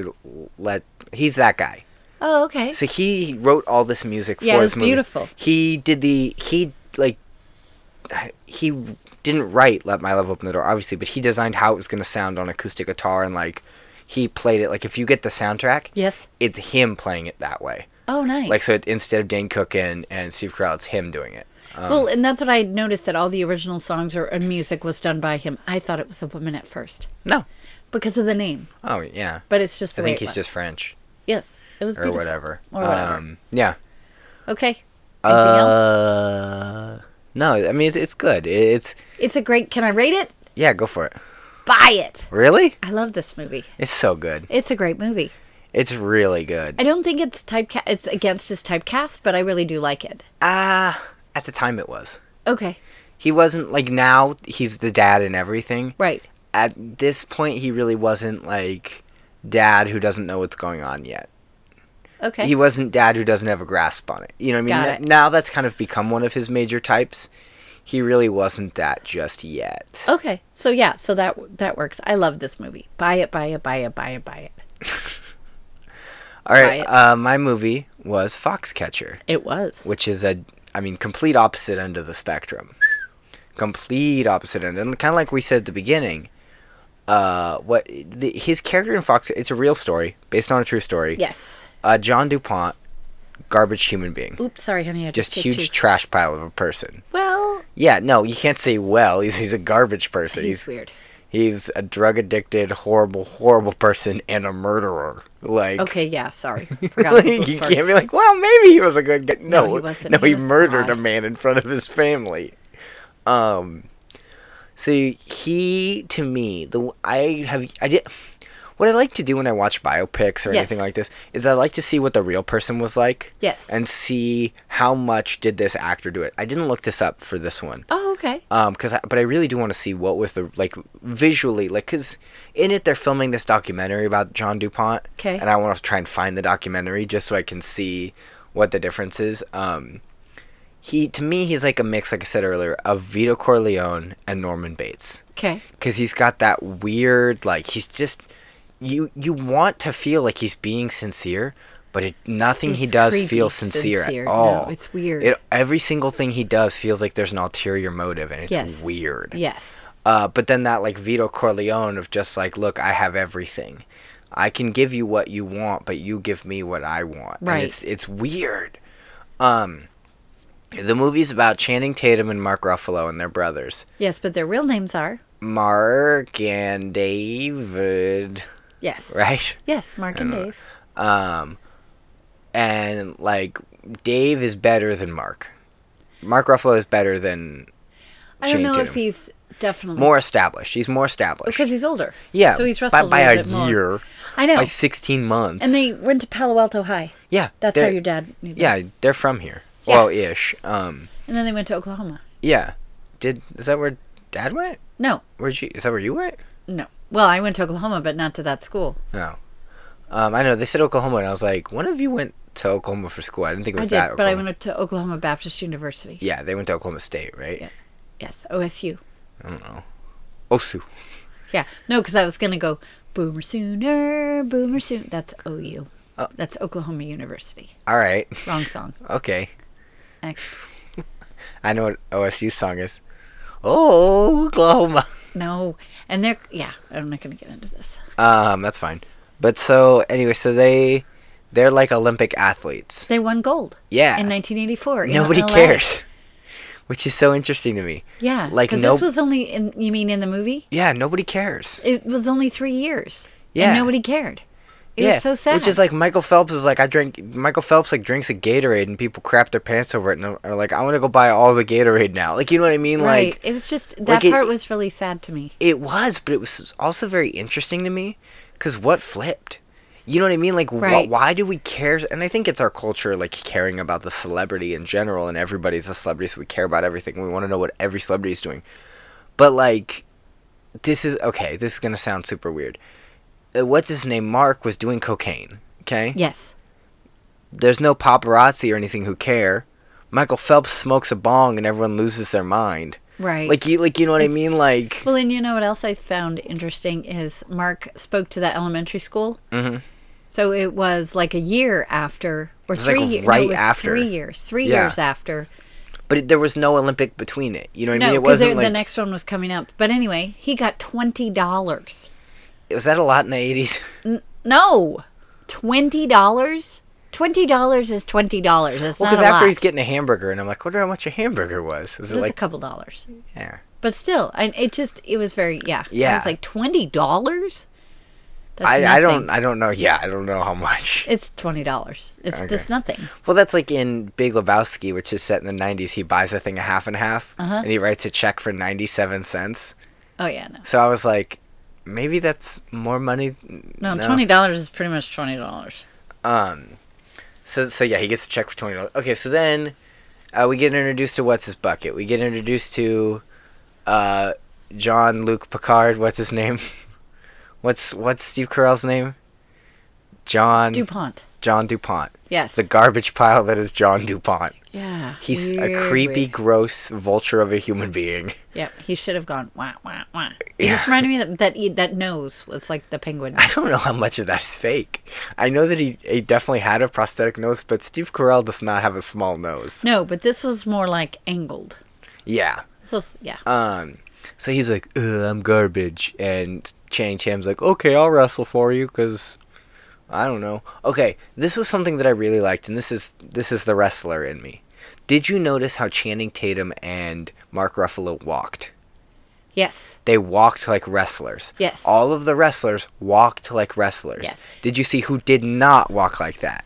Let. He's that guy. Oh, okay. So he wrote all this music Yeah, for it this was movie. beautiful. He did the he like he didn't write "Let My Love Open the Door" obviously, but he designed how it was going to sound on acoustic guitar and like he played it like if you get the soundtrack, yes. it's him playing it that way. Oh, nice. Like so, it, instead of Dane Cook and and Steve Carell, it's him doing it. well, and that's what I noticed that all the original songs or and music was done by him. I thought it was a woman at first No, because of the name, oh yeah, but it's just. The I way think it he's was. just French yes. It was or beautiful. whatever. Or whatever. Um, yeah. Okay. Anything else? Uh, no, I mean it's it's good. It's It's a great. Can I rate it? yeah, go for it. Buy it. Really, I love this movie. it's so good. It's a great movie. It's really good. I don't think it's typecast. It's against his typecast, but I really do like it. Ah, at the time it was. Okay. He wasn't like now. He's the dad and everything. Right. At this point, he really wasn't like dad who doesn't know what's going on yet. Okay. He wasn't dad who doesn't have a grasp on it. You know what I mean? Got N- it. Now that's kind of become one of his major types. He really wasn't that just yet. okay. So yeah. So that that works. I love this movie. Buy it. Buy it. Buy it. Buy it. Buy it. All right. right. Uh, my movie was Foxcatcher, It was. which is a, I mean, complete opposite end of the spectrum. complete opposite end, and kind of like we said at the beginning. Uh, what the, his character in Fox? It's a real story based on a true story. Yes. Uh, John Dupont, garbage human being, Oops. Sorry, honey. I just, just did huge two. trash pile of a person. well, Yeah, no, you can't say well. He's he's a garbage person. He's he's he's, weird. He's a drug addicted, horrible, horrible person and a murderer. Like, Okay, yeah, sorry. Forgot like, those you parts. can't be like, well, maybe he was a good guy. No, he no, wasn't. he, He was murdered odd. a man in front of his family. Um, see, he to me, the I have I did. What I like to do when I watch biopics or Yes. anything like this is I like to see what the real person was like. Yes. And see how much did this actor do it. I didn't look this up for this one Oh, okay. um because I, but i really do want to see what was the like visually like because in it they're filming this documentary about john dupont 'Kay. and i want to try and find the documentary just so i can see what the difference is um he to me he's like a mix like i said earlier of vito corleone and norman bates Okay. because he's got that weird like he's just you you want to feel like he's being sincere but it, nothing he It's does creepy feels sincere, sincere. at No, all it's weird. it, every single thing he does feels like there's an ulterior motive and it's Yes. weird Yes. uh, but then that like vito corleone of just like look i have everything i can give you what you want but you give me what i want And Right. it's it's weird um the movie's about channing tatum and mark ruffalo and their brothers Yes, but their real names are. Mark and David, Yes. right? Yes, Mark and Dave. Um, and like Dave is better than Mark. Mark Ruffalo is better than I don't Channing know if Tatum. he's definitely more established. He's more established because he's older. yeah, So he's by- wrestled by, a, a little bit more. year, I know. by sixteen months, and they went to Palo Alto High. yeah, That's they're- how your dad knew them. yeah they're from here. Yeah. Well, ish. Um, And then they went to Oklahoma. yeah. Did is that where Dad went? No. Where'd you? Is that where you went? No. Well, I went to Oklahoma, but not to that school. No. Um, I know they said Oklahoma, and I was like, one of you went to Oklahoma for school. I didn't think it I was did, that. but I Oklahoma. went to Oklahoma Baptist University. Yeah, they went to Oklahoma State, right? Oh, Yeah. Yes, OSU. I don't know. OSU. Yeah. No, because I was going to go Boomer Sooner, Boomer Soon. That's OU. Oh. That's Oklahoma University. All right. Wrong song. Okay. Actually, I know what OSU song is. Oh, Oklahoma. no. And they're, yeah, I'm not going to get into this. Um, that's fine. But so anyway, so they they're like Olympic athletes. They won gold. Yeah. In 1984. in Nobody LA. cares. Which is so interesting to me. Yeah. Like, Because no- this was only, in, you mean in the movie? Yeah, nobody cares. It was only three years. Yeah. And nobody cared. It yeah, was so sad. Which is like Michael Phelps is like I drink Michael Phelps like drinks a Gatorade and people crap their pants over it and are like I want to go buy all the Gatorade now. Like you know what I mean? Right. Like it was just, that like it- part was really sad to me. It was, but it was also very interesting to me because what flipped? You know what I mean? Like, wh- Right. why do we care? And I think it's our culture, like caring about the celebrity in general, and everybody's a celebrity, so we care about everything. We want to know what every celebrity is doing. But like, this is okay. This is gonna sound super weird. Uh, What's his name? Mark was doing cocaine. Okay. Yes. There's no paparazzi or anything who care. Michael Phelps smokes a bong and everyone loses their mind. Right. Like you, like you know what I It's- mean? Like Well, and you know what else I found interesting is Mark spoke to that elementary school. Mm-hmm. So it was like a year after, or was, three like, years. right it was after. Three years. Three Yeah. years after. but it, there was no Olympic between it. You know what I No, mean? It because wasn't like the next one was coming up. But anyway, he got twenty dollars. was that a lot in the eighties? No, twenty dollars. Twenty dollars is twenty dollars. That's Well, not because a after lot. he's getting a hamburger, and I'm like, wonder how much a hamburger was. Is it it was like a couple dollars, yeah? but still, I, it just it was very yeah. I Yeah. was like twenty dollars. That's I, I don't nothing. I don't know. Yeah, I don't know how much. It's twenty dollars. It's Okay. just nothing. Well, that's like in Big Lebowski, which is set in the '90s. He buys a thing a half and half, Uh-huh. and he writes a check for 97 cents. Oh yeah, no. So I was like, maybe that's more money. No, twenty dollars is pretty much twenty dollars. Um, so so yeah, he gets a check for twenty dollars. Okay, so then uh, we get introduced to what's his bucket. We get introduced to uh, John Luke Picard. What's his name? what's what's Steve Carell's name? John Dupont. John Dupont, Yes. the garbage pile that is John Dupont. yeah. He's a Weird, creepy, weird. gross vulture of a human being. Yep. He should have gone wah wah wah. It just reminded me that that, e- that nose was like the penguin. I don't know how much of that is fake. I know that he, he definitely had a prosthetic nose, but Steve Carell does not have a small nose. No, but this was more like angled. Yeah. This was, yeah. Um, so he's like, "Ugh, I'm garbage, and Channing Tatum's like, okay, I'll wrestle for you because I don't know. Okay, this was something that I really liked, and this is this is the wrestler in me. Did you notice how Channing Tatum and Mark Ruffalo walked? Yes. They walked like wrestlers. Yes. All of the wrestlers walked like wrestlers. Yes. Did you see who did not walk like that?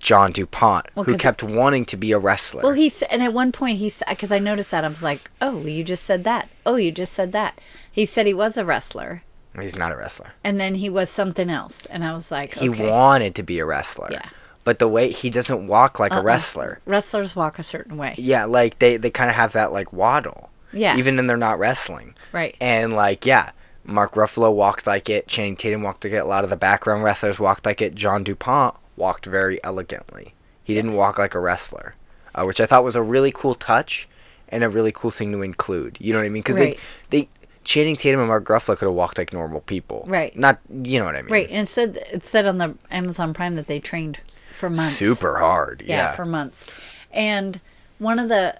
John DuPont, Well, who 'cause- kept wanting to be a wrestler. Well, he said, and at one point he said, because I noticed that, I was like, oh, you just said that. Oh, you just said that. He said he was a wrestler, He's not a wrestler. and then he was something else. And I was like, He okay. wanted to be a wrestler. Yeah. Uh-uh. But the way he doesn't walk like a wrestler. Wrestlers walk a certain way. Yeah, like they, they kind of have that like waddle. Yeah. Even when they're not wrestling. Right. And like, yeah, Mark Ruffalo walked like it. Channing Tatum walked like it. A lot of the background wrestlers walked like it. John DuPont walked very elegantly. He didn't Yes. walk like a wrestler, uh, which I thought was a really cool touch and a really cool thing to include. You know what I mean? Because Right. they, they, Channing Tatum and Mark Ruffalo could have walked like normal people. Right. Not, you know what I mean? Right. And it said, it said on the Amazon Prime that they trained for months. Super hard. Yeah. yeah, for months. And one of the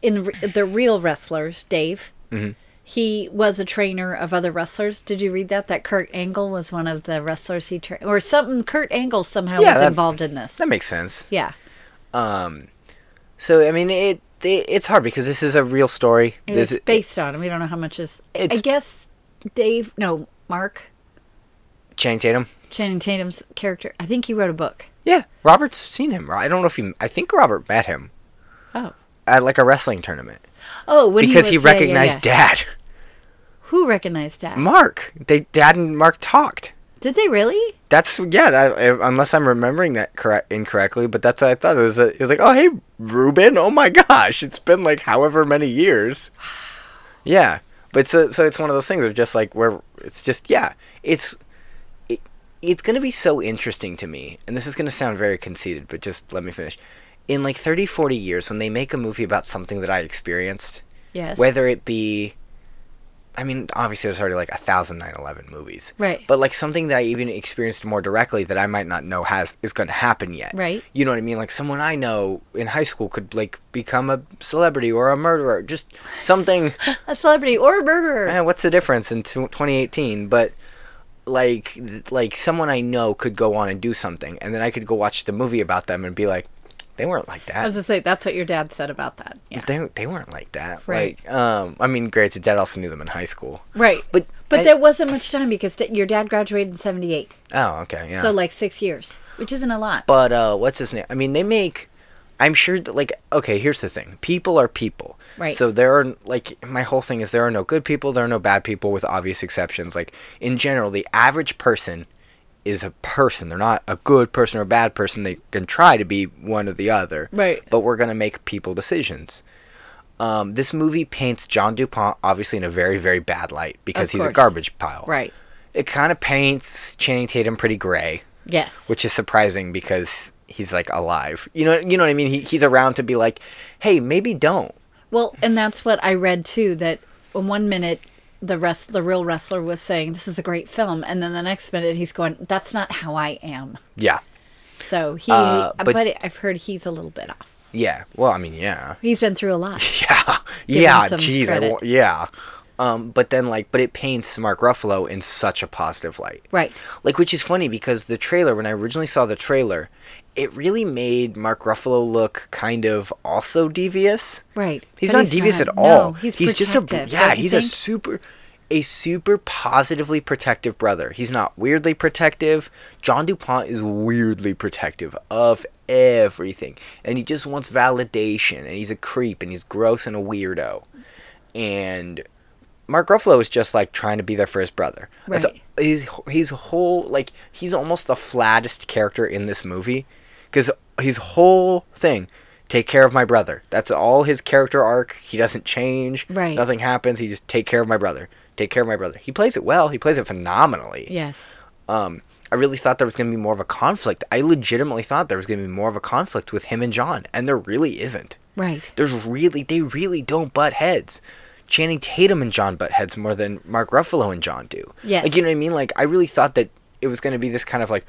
in re- the real wrestlers, Dave, Mm-hmm. he was a trainer of other wrestlers. Did you read that? That Kurt Angle was one of the wrestlers he trained, or something. Kurt Angle somehow Yeah, was that- involved in this. that makes sense. yeah, So I mean, it, it it's hard because this is a real story. it this was based on. We don't know how much is. I It's- guess Dave, no, Mark Channing Tatum. Channing Tatum's character. I think he wrote a book. Yeah, Robert's seen him. I don't know if he. I think Robert met him Oh, at like a wrestling tournament oh, when because he, he, was, yeah, yeah, recognized yeah. Dad, Who recognized Dad? Mark. They Dad and Mark talked. Did they really? That's yeah. That, I- unless I'm remembering that correct incorrectly, but that's what I thought. It was, that- it was like, oh hey, Ruben. Oh my gosh, it's been like however many years. Yeah, but so so it's one of those things of just like where it's just yeah, it's it, it's gonna be so interesting to me, and this is gonna sound very conceited, but just let me finish. In like 30, 40 years, when they make a movie about something that I experienced, Yes. whether it be i mean obviously there's already like a thousand 9-11 movies Right. but like something that i even experienced more directly that i might not know has is going to happen yet Right. you know what i mean like someone i know in high school could like become a celebrity or a murderer just something a celebrity or a murderer. eh, what's the difference in tw 2018 but like th- like someone i know could go on and do something and then i could go watch the movie about them and be like they weren't like that I was gonna say that's what your dad said about that. Yeah. they, they weren't like that Right. like um i mean granted dad also knew them in high school Right. But But I- but there wasn't much time because d- your dad graduated in 78. Oh, okay, yeah. So like 6 years, which isn't a lot. but uh, what's his name? I mean, they make. I'm sure that like okay, here's the thing: people are people. Right. So there are like my whole thing is there are no good people, there are no bad people, with obvious exceptions. Like in general, the average person is a person. They're not a good person or a bad person. They can try to be one or the other. Right. But we're gonna make people decisions. Um, this movie paints John DuPont obviously in a very very bad light because he's a course. garbage pile. right. It kind of paints Channing Tatum pretty gray Yes. which is surprising because he's like alive. You know, you know what I mean. He, he's around to be like, hey, maybe don't. well, and that's what I read too that in one minute the rest the real wrestler was saying this is a great film and then the next minute he's going that's not how I am. Yeah, So he Uh, but- but, I've heard he's a little bit off. yeah. Well, I mean, yeah, He's been through a lot. yeah, yeah. some Jeez, I credit. wa- yeah. Um, but then like, but it paints Mark Ruffalo in such a positive light. Right. Like, which is funny because the trailer, when I originally saw the trailer, it really made Mark Ruffalo look kind of also devious. Right. He's But not devious not. at all. No, he's, just a protective, yeah. don't you He's a think? super, a super positively protective brother. He's not weirdly protective. John Dupont is weirdly protective of everything, and he just wants validation. And he's a creep, and he's gross and a weirdo. And Mark Ruffalo is just like trying to be there for his brother. That's Right. his his whole like he's almost the flattest character in this movie because his whole thing take care of my brother that's all his character arc he doesn't change Right. nothing happens he just take care of my brother take care of my brother he plays it well he plays it phenomenally Yes. um i really thought there was going to be more of a conflict i legitimately thought there was going to be more of a conflict with him and john and there really isn't Right. there's really they really don't butt heads. Channing Tatum and John butt heads more than Mark Ruffalo and John do. Yes. Like you know what I mean? Like I really thought that it was gonna be this kind of like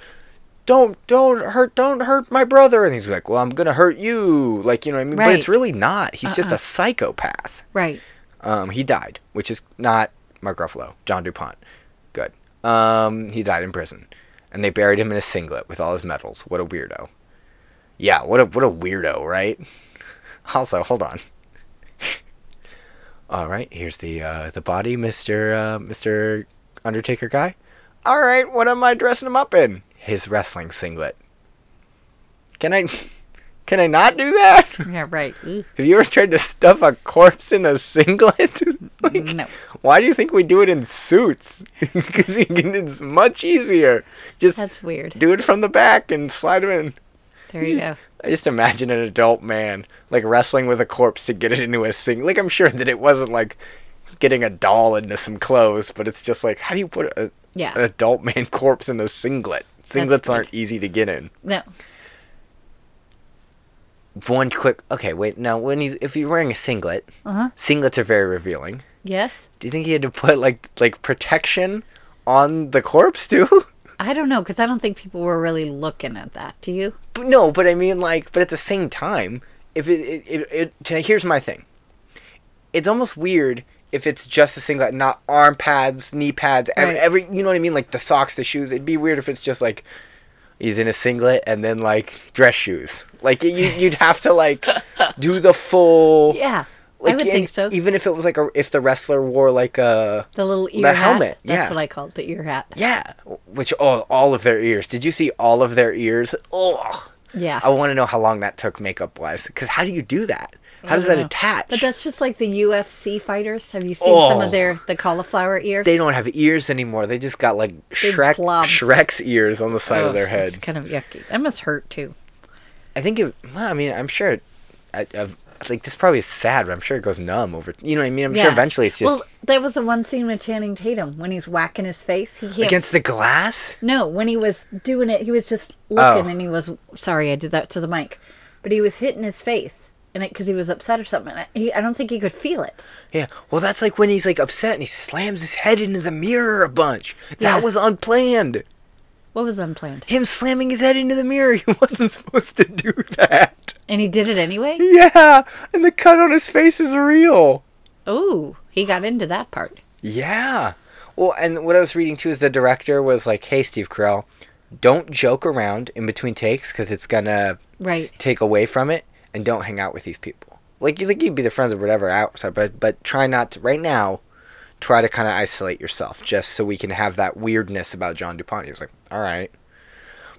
don't don't hurt don't hurt my brother and he's like, Well I'm gonna hurt you like you know what I mean? But it's Right. Uh-uh. really not. He's just a psychopath. Right. Um he died, which is not Mark Ruffalo, John DuPont. Good. Um he died in prison. And they buried him in a singlet with all his medals. What a weirdo. Yeah, what a what a weirdo, right? Also, hold on. All right, here's the uh, the body, Mister uh, Mister Undertaker guy. All right, what am I dressing him up in? His wrestling singlet. Can I can I not do that? Yeah, right. Ugh. Have you ever tried to stuff a corpse in a singlet? like, No. Why do you think we do it in suits? Because it's much easier. Just That's weird. do it from the back and slide him in. There you just, go. I just imagine an adult man like wrestling with a corpse to get it into a sing. Like I'm sure that it wasn't like getting a doll into some clothes, but it's just like how do you put a, Yeah. an adult man corpse in a singlet? Singlets weird. aren't easy to get in. No. One quick. Okay, wait. No, when he's if you're wearing a singlet, Uh-huh. singlets are very revealing. Yes. Do you think he had to put like like protection on the corpse too? I don't know because I don't think people were really looking at that. Do you? But no, but I mean, like, but at the same time, if it, it, it, it t- here's my thing. It's almost weird if it's just a singlet, not arm pads, knee pads, ev- Right. every, you know what I mean, like the socks, the shoes. It'd be weird if it's just like he's in a singlet and then like dress shoes. Like you, you'd have to like do the full. Yeah. Like, I would and think so. Even if it was like a, if the wrestler wore like a the little ear the hat. helmet, That's yeah. what I call it, the ear hat. yeah, which all all of their ears. Did you see all of their ears? Oh, Yeah. I want to know how long that took makeup wise. Because how do you do that? How does don't that know. attach? But that's just like the UFC fighters. Have you seen some Oh. of their the cauliflower ears? they don't have ears anymore. They just got like Shrek blobs. Shrek's ears on the side of their Oh, It's head. kind of yucky. That must hurt too. I think it. well, I mean, I'm sure. It, I, I've, like this probably is sad, but I'm sure it goes numb over. You know what I mean? I'm sure Yeah. eventually it's just Well, there was the one scene with Channing Tatum when he's whacking his face. He can't. against the glass. no, when he was doing it, he was just looking Oh. and he was sorry. I did that to the mic, but he was hitting his face and it because he was upset or something. And I, he, I don't think he could feel it. Yeah. Well, that's like when he's like upset and he slams his head into the mirror a bunch. Yeah. That was unplanned. What was unplanned? Him slamming his head into the mirror. He wasn't supposed to do that. And he did it anyway. Yeah, and the cut on his face is real. Oh, he got into that part. Yeah. Well, and what I was reading too is the director was like, "Hey, Steve Carell, don't joke around in between takes because it's gonna Right. take away from it, and don't hang out with these people." Like he's like, "You'd be the friends or whatever outside, but but try not to right now. Try to kind of isolate yourself just so we can have that weirdness about John Dupont." He was like, "All right."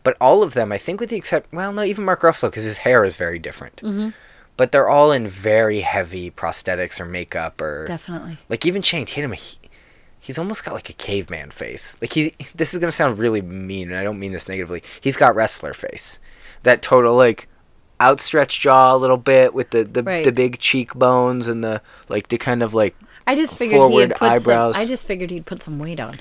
But all of them, I think, with the except, well, no, even Mark Ruffalo, because his hair is very different. Mm-hmm. But they're all in very heavy prosthetics or makeup or Definitely. like even Channing Tatum, he, he's almost got like a caveman face. Like he, this is gonna sound really mean, and I don't mean this negatively. He's got wrestler face, that total like outstretched jaw a little bit with the the, Right. the big cheekbones and the like the kind of like I just figured he forward had put eyebrows. some. I just figured he'd put some weight on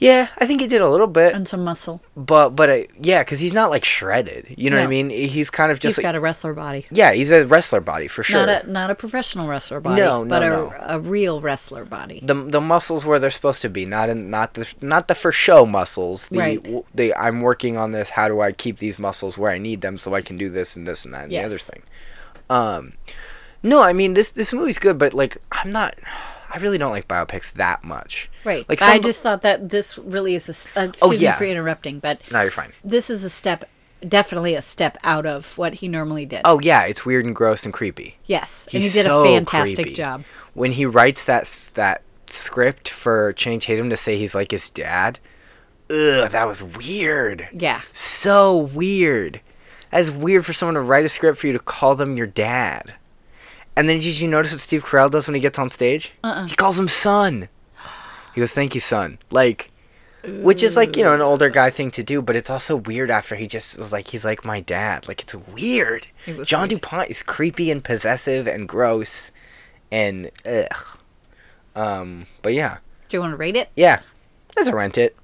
yeah, I think he did a little bit, and some muscle. but but I, yeah, because he's not like shredded. You know what I No. mean? He's kind of just He's like got a wrestler body. yeah, he's a wrestler body for sure. Not a not a professional wrestler body, No, no, but a, no. a real wrestler body. the the muscles where they're supposed to be, not in not the not the for show muscles. The, Right. w- the I'm working on this. How do I keep these muscles where I need them so I can do this and this and that and the other Yes. thing. Um, no, I mean this this movie's good, but like I'm not. I really don't like biopics that much. Right. Like Like some, Oh, I just thought that this really is a. St- uh, excuse yeah. me for interrupting, but No, you're fine. this is a step, definitely a step out of what he normally did. Oh yeah, it's weird and gross and creepy. yes, and he He's did so a fantastic creepy. job. When he writes that s- that script for Channing Tatum to say he's like his dad, ugh, that was weird. Yeah. So weird. That's weird for someone to write a script for you to call them your dad. And then did you notice what Steve Carell does when he gets on stage? Uh-uh. He calls him son. He goes, "Thank you, son." Like, which is like you know an older guy thing to do, but it's also weird after he just was like he's like my dad. Like it's weird. It was John weird. Dupont is creepy and possessive and gross, and ugh. Um, but yeah, Do you want to rate it? yeah, let's rent it.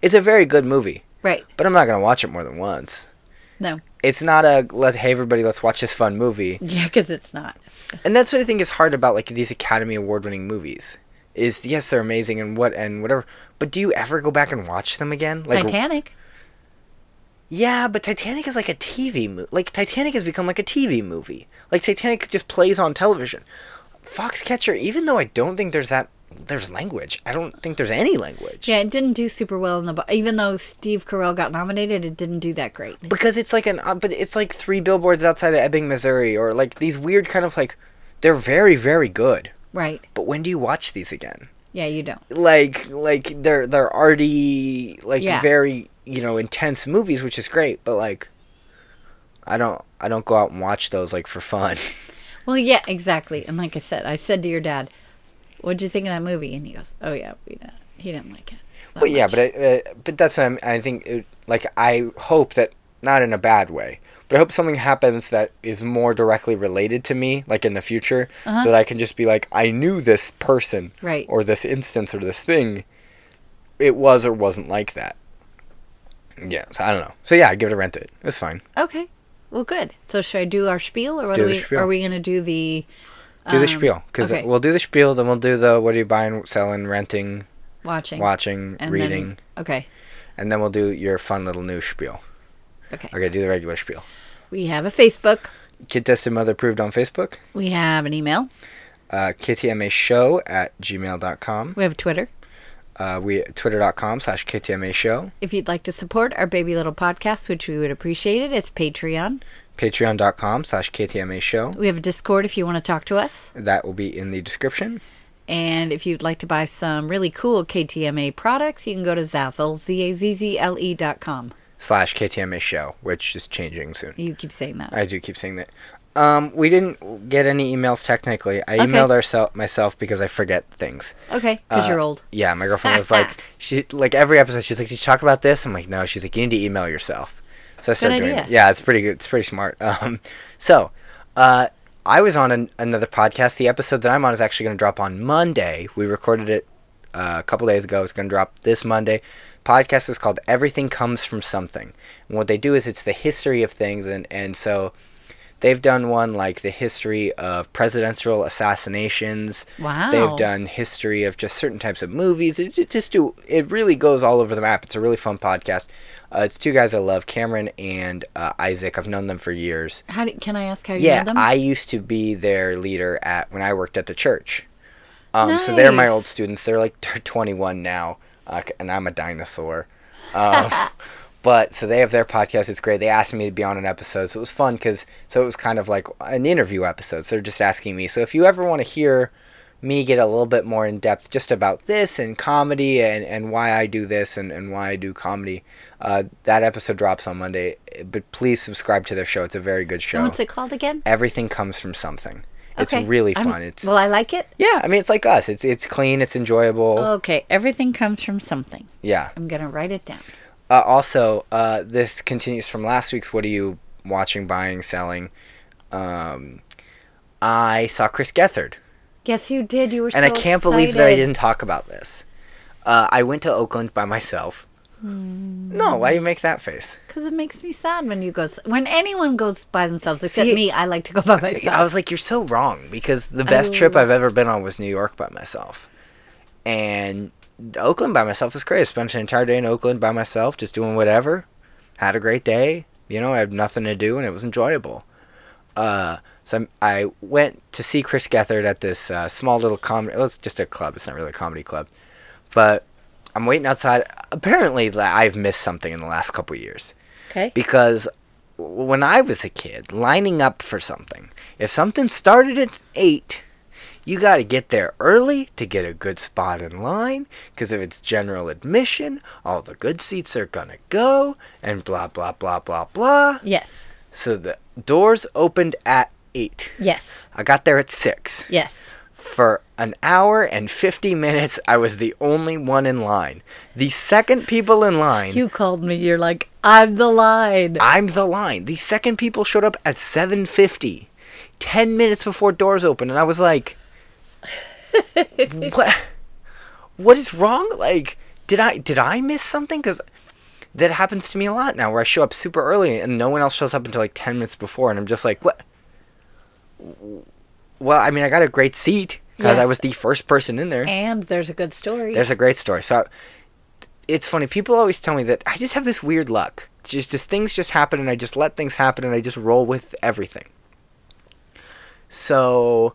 It's a very good movie, Right. but I'm not gonna watch it more than once. No. It's not a let hey everybody let's watch this fun movie. Yeah, because it's not. And that's what I think is hard about like these Academy Award winning movies. Is yes, they're amazing and what and whatever. But do you ever go back and watch them again? Like Titanic. Yeah, but Titanic is like a TV movie. Like Titanic has become like a TV movie. Like Titanic just plays on television. Foxcatcher, even though I don't think there's that there's language. I don't think there's any language. Yeah, it didn't do super well in the. Bo- even though Steve Carell got nominated, it didn't do that great. because it's like an uh, but it's like three billboards outside of Ebbing, Missouri or like these weird kind of like they're very very good. Right. But when do you watch these again? Yeah, you don't. Like like they're they're already like Yeah. very, you know, intense movies, which is great, but like I don't I don't go out and watch those like for fun. Well, yeah, exactly. And like I said, I said to your dad, "What'd you think of that movie?" And he goes, "Oh yeah, we didn't. He didn't like it." that Well, yeah, much." but I, uh, but that's what I'm, I think. It, like I hope that not in a bad way, but I hope something happens that is more directly related to me, like in the future, that I can just be like, I knew this person, Uh-huh. Right. or this instance, or this thing. It was or wasn't like that. Yeah, so I don't know. So yeah, I give it a rent. It it was fine. okay. Well, good. So should I do our spiel, or what Do are the we? spiel. Are we gonna do the? Do the spiel because Um, okay. we'll do the spiel, then we'll do the what are you buying, selling, renting, Watching. watching, and then- reading, okay. and then we'll do your fun little new spiel. okay. Okay, do the regular spiel. We have a Facebook. Kid Tested Mother Approved on Facebook. We have an email. Uh, KTMA show at gmail.com. We have Twitter. Uh, we twitter.com slash KTMA show. If you'd like to support our baby little podcast, which we would appreciate it, it's Patreon. Patreon.com slash KTMA show. We have a Discord if you want to talk to us. That will be in the description. And if you'd like to buy some really cool KTMA products, you can go to Zazzle, Z A Z Z L E dot com. Slash KTMA show, which is changing soon. You keep saying that. I do keep saying that. Um, we didn't get any emails technically. I emailed ourself myself because I forget things. Okay, because Uh, you're old. Yeah, my girlfriend was like, she like every episode. She's like, "Did you talk about this?" I'm like, "No." She's like, "You need to email yourself." So I started doing. idea. It. Yeah, it's pretty good. It's pretty smart. Um, so, uh, I was on an, another podcast. The episode that I'm on is actually going to drop on Monday. We recorded it uh, a couple days ago. It's going to drop this Monday. Podcast is called "Everything Comes from Something," and what they do is it's the history of things, and and so. They've done one like the history of presidential assassinations. Wow. They've done history of just certain types of movies. It, it just do it really goes all over the map. It's a really fun podcast. Uh, it's two guys I love, Cameron and uh, Isaac. I've known them for years. How do, can I ask how you Yeah, know them? I used to be their leader at when I worked at the church. Um, So they're my Nice. old students. They're like they're 21 now, uh, c- and I'm a dinosaur. Um, But so they have their podcast. It's great. They asked me to be on an episode, so it was fun because so it was kind of like an interview episode. So they're just asking me. So if you ever want to hear me get a little bit more in depth just about this and comedy and, and why I do this and, and why I do comedy, uh, that episode drops on Monday. But please subscribe to their show. It's a very good show. And What's it called again? Everything comes from something. Okay, It's really I'm- fun. it's Well, I like it. yeah. I mean, it's like us. It's it's clean. It's enjoyable. Okay, everything comes from something. yeah. I'm gonna write it down. Uh, also, uh, this continues from last week's What Are You Watching, Buying, Selling? Um, I saw Chris Gethard, Yes, you did. You were so and I can't believe that I excited. didn't talk about this. Uh, I went to Oakland by myself. Hmm. No, why you make that face? Because it makes me sad when you go s- when anyone goes by themselves except See- me. I like to go by myself. I was like, you're so wrong because the best trip I've ever been on was New York by myself. And Oakland by myself is great. I spent an entire day in Oakland by myself, just doing whatever. Had a great day. You know, I had nothing to do and it was enjoyable. Uh, so I'm, I went to see Chris Gethard at this uh, small little comedy. Well, it's just a club. It's not really a comedy club. But I'm waiting outside. Apparently, like, I've missed something in the last couple years okay. because w- when I was a kid, lining up for something, if something started at 8, you got to get there early to get a good spot in line because if it's general admission, all the good seats are going to go and blah, blah, blah, blah, blah. yes. So the doors opened at 8. Yes. I got there at 6. Yes. For an hour and 50 minutes, I was the only one in line. The second people in line You called me. You're like I'm the line. I'm the line. The second people showed up at 7:50, 10 minutes before doors open, and I was like, "What? What is wrong? Like, did I did I miss something? Because that happens to me a lot now, where I show up super early and no one else shows up until like 10 minutes before, and I'm just like, what? Well, I mean, I got a great seat because I Yes. was the first person in there. and there's a good story. There's a great story. So I- it's funny. People always tell me that I just have this weird luck. Just, just things just happen, and I just let things happen, and I just roll with everything. So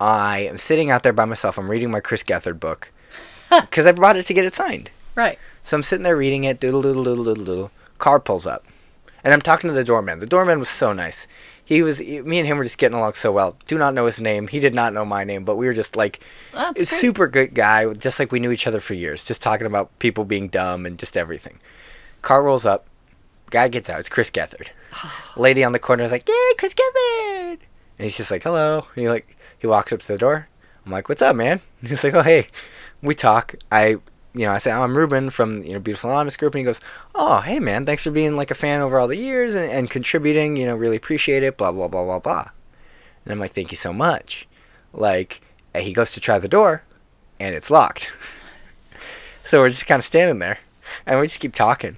I am sitting out there by myself. I'm reading my Chris Gethard book because I brought it to get it signed. right. So I'm sitting there reading it, doodle doodle doodle doodle doodle. Car pulls up, and I'm talking to the doorman. The doorman was so nice. He was me and him were just getting along so well. Do not know his name. He did not know my name, but we were just like That's a great. super good guy, just like we knew each other for years, just talking about people being dumb and just everything. Car rolls up, guy gets out, it's Chris Gethard. Lady on the corner is like, Yay, Chris Gethard And he's just like, Hello and he like he walks up to the door. I'm like, What's up, man? And he's like, Oh hey. We talk. I you know, I say, oh, I'm Ruben from, you know, Beautiful Anonymous Group. And he goes, oh, hey, man, thanks for being like a fan over all the years and, and contributing, you know, really appreciate it, blah, blah, blah, blah, blah. And I'm like, thank you so much. Like, and he goes to try the door and it's locked. so we're just kind of standing there and we just keep talking.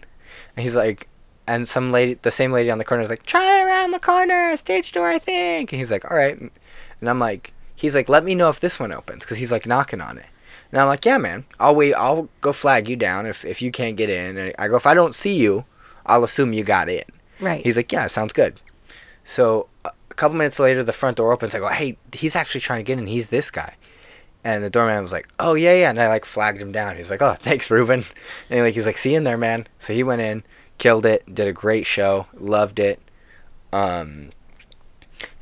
And he's like, and some lady, the same lady on the corner is like, try around the corner, stage door, I think. And he's like, all right. And I'm like, he's like, let me know if this one opens because he's like knocking on it. And I'm like, yeah, man, I'll wait. I'll go flag you down if, if you can't get in. And I go, if I don't see you, I'll assume you got in. Right. He's like, yeah, sounds good. So a a couple minutes later, the front door opens. I go, hey, he's actually trying to get in. He's this guy. And the doorman was like, oh, yeah, yeah. And I like flagged him down. He's like, oh, thanks, Ruben. And like, he's like, see you in there, man. So he went in, killed it, did a great show, loved it. Um,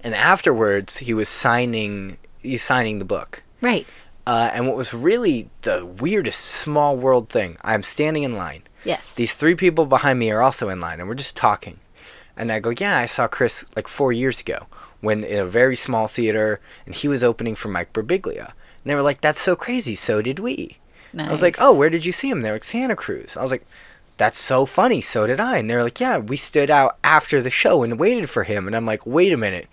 and afterwards, he was signing, he's signing the book. right. Uh, and what was really the weirdest small world thing, I'm standing in line. Yes. These three people behind me are also in line, and we're just talking. And I go, Yeah, I saw Chris like four years ago when in a very small theater, and he was opening for Mike Birbiglia. And they were like, That's so crazy. So did we. I was like, Nice. Oh, where did you see him? They were like, Santa Cruz. I was like, That's so funny. So did I. And they were like, Yeah, we stood out after the show and waited for him. And I'm like, Wait a minute.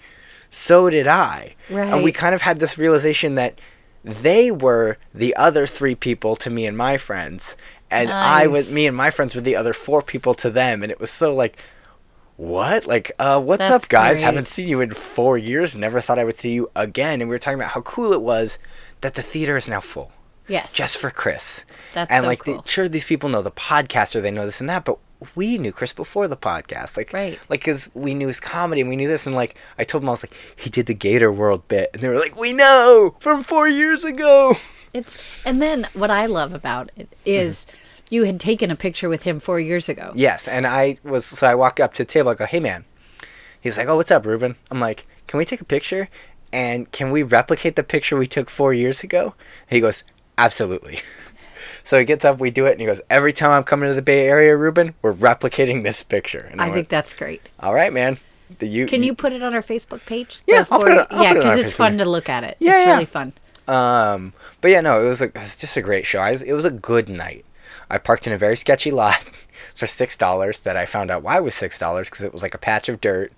So did I. And we Right. kind of had this realization that they were the other three people to me and my friends. And I was Nice. me and my friends were the other four people to them, and it was so like, what? Like, uh, what's That's up, guys? great. Haven't seen you in four years. Never thought I would see you again. And we were talking about how cool it was that the theater is now full yes. just for Chris. That's and so like, the- cool. sure, these people know the podcast or they know this and that, but we knew Chris before the podcast, like, Right. like because we knew his comedy and we knew this, and like, I told them I was like, he did the Gator World bit, and they were like, we know from four years ago. It's and then what I love about it is Mm-hmm. you had taken a picture with him four years ago. Yes, and I was so I walk up to the table. I go, "Hey, man." He's like, "Oh, what's up, Ruben?" I'm like, "Can we take a picture? And can we replicate the picture we took four years ago?" He goes, "Absolutely." so he gets up, we do it, and he goes, "Every time I'm coming to the Bay Area, Ruben, we're replicating this picture." And I, I went, think that's great. "All right, man." The, you Can you put it on our Facebook page? Mm-hmm. Yeah, The I'll put four- it- I'll put it yeah, on because our it's Facebook fun page. to look at it. Yeah, it's yeah. really fun. Um, but yeah, no, it was a it was just a great show. I was, it was a good night. I parked in a very sketchy lot for six dollars. That I found out why was six dollars because it was like a patch of dirt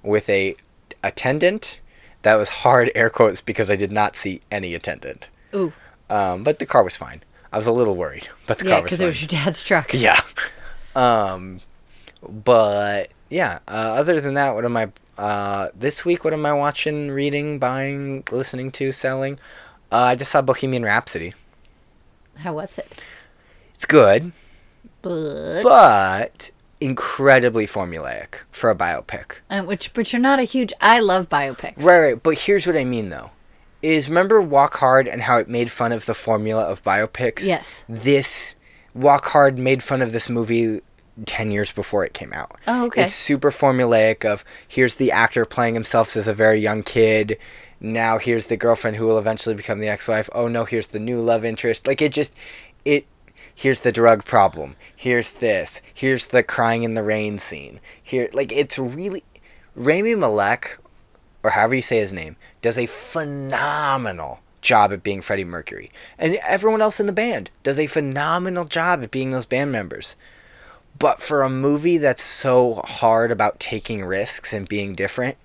with a attendant. That was hard air quotes because I did not see any attendant. Ooh, Um, but the car was fine. I was a little worried, but the yeah, car was because fine. it was your dad's truck. Yeah. Um, but yeah. Uh, other than that, what am I? Uh, this week, what am I watching, reading, buying, listening to, selling? Uh, I just saw Bohemian Rhapsody. How was it? It's good, But, but incredibly formulaic for a biopic. Uh, which, but you're not a huge. I love biopics. Right, right. But here's what I mean, though. Is remember Walk Hard and how it made fun of the formula of biopics? Yes. This Walk Hard made fun of this movie 10 years before it came out. Oh, okay. It's super formulaic of here's the actor playing himself as a very young kid. Now here's the girlfriend who will eventually become the ex-wife. Oh no, here's the new love interest. Like it just it here's the drug problem. Here's this. Here's the crying in the rain scene. Here like it's really Rami Malek or however you say his name, does a phenomenal job at being Freddie Mercury. And everyone else in the band does a phenomenal job at being those band members. But for a movie that's so hard about taking risks and being different,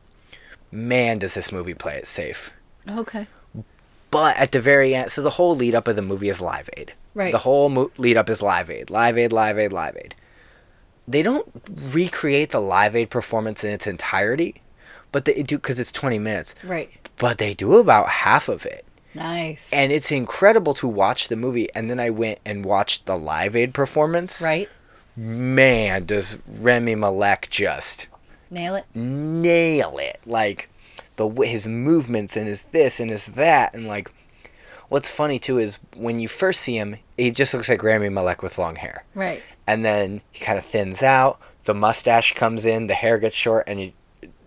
man, does this movie play it safe. Okay. But at the very end, so the whole lead up of the movie is Live Aid. Right. The whole mo- lead up is Live Aid, Live Aid, Live Aid, Live Aid. They don't recreate the Live Aid performance in its entirety, but they do because it's 20 minutes Right. but they do about half of it. Nice. And it's incredible to watch the movie. And then I went and watched the Live Aid performance. right. Man, does Remy Malek just Nail it. nail it. Like, the w- his movements and his this and his that. And, like, what's funny, too, is when you first see him, he just looks like Remy Malek with long hair. Right. And then he kind of thins out. The mustache comes in. The hair gets short. And he,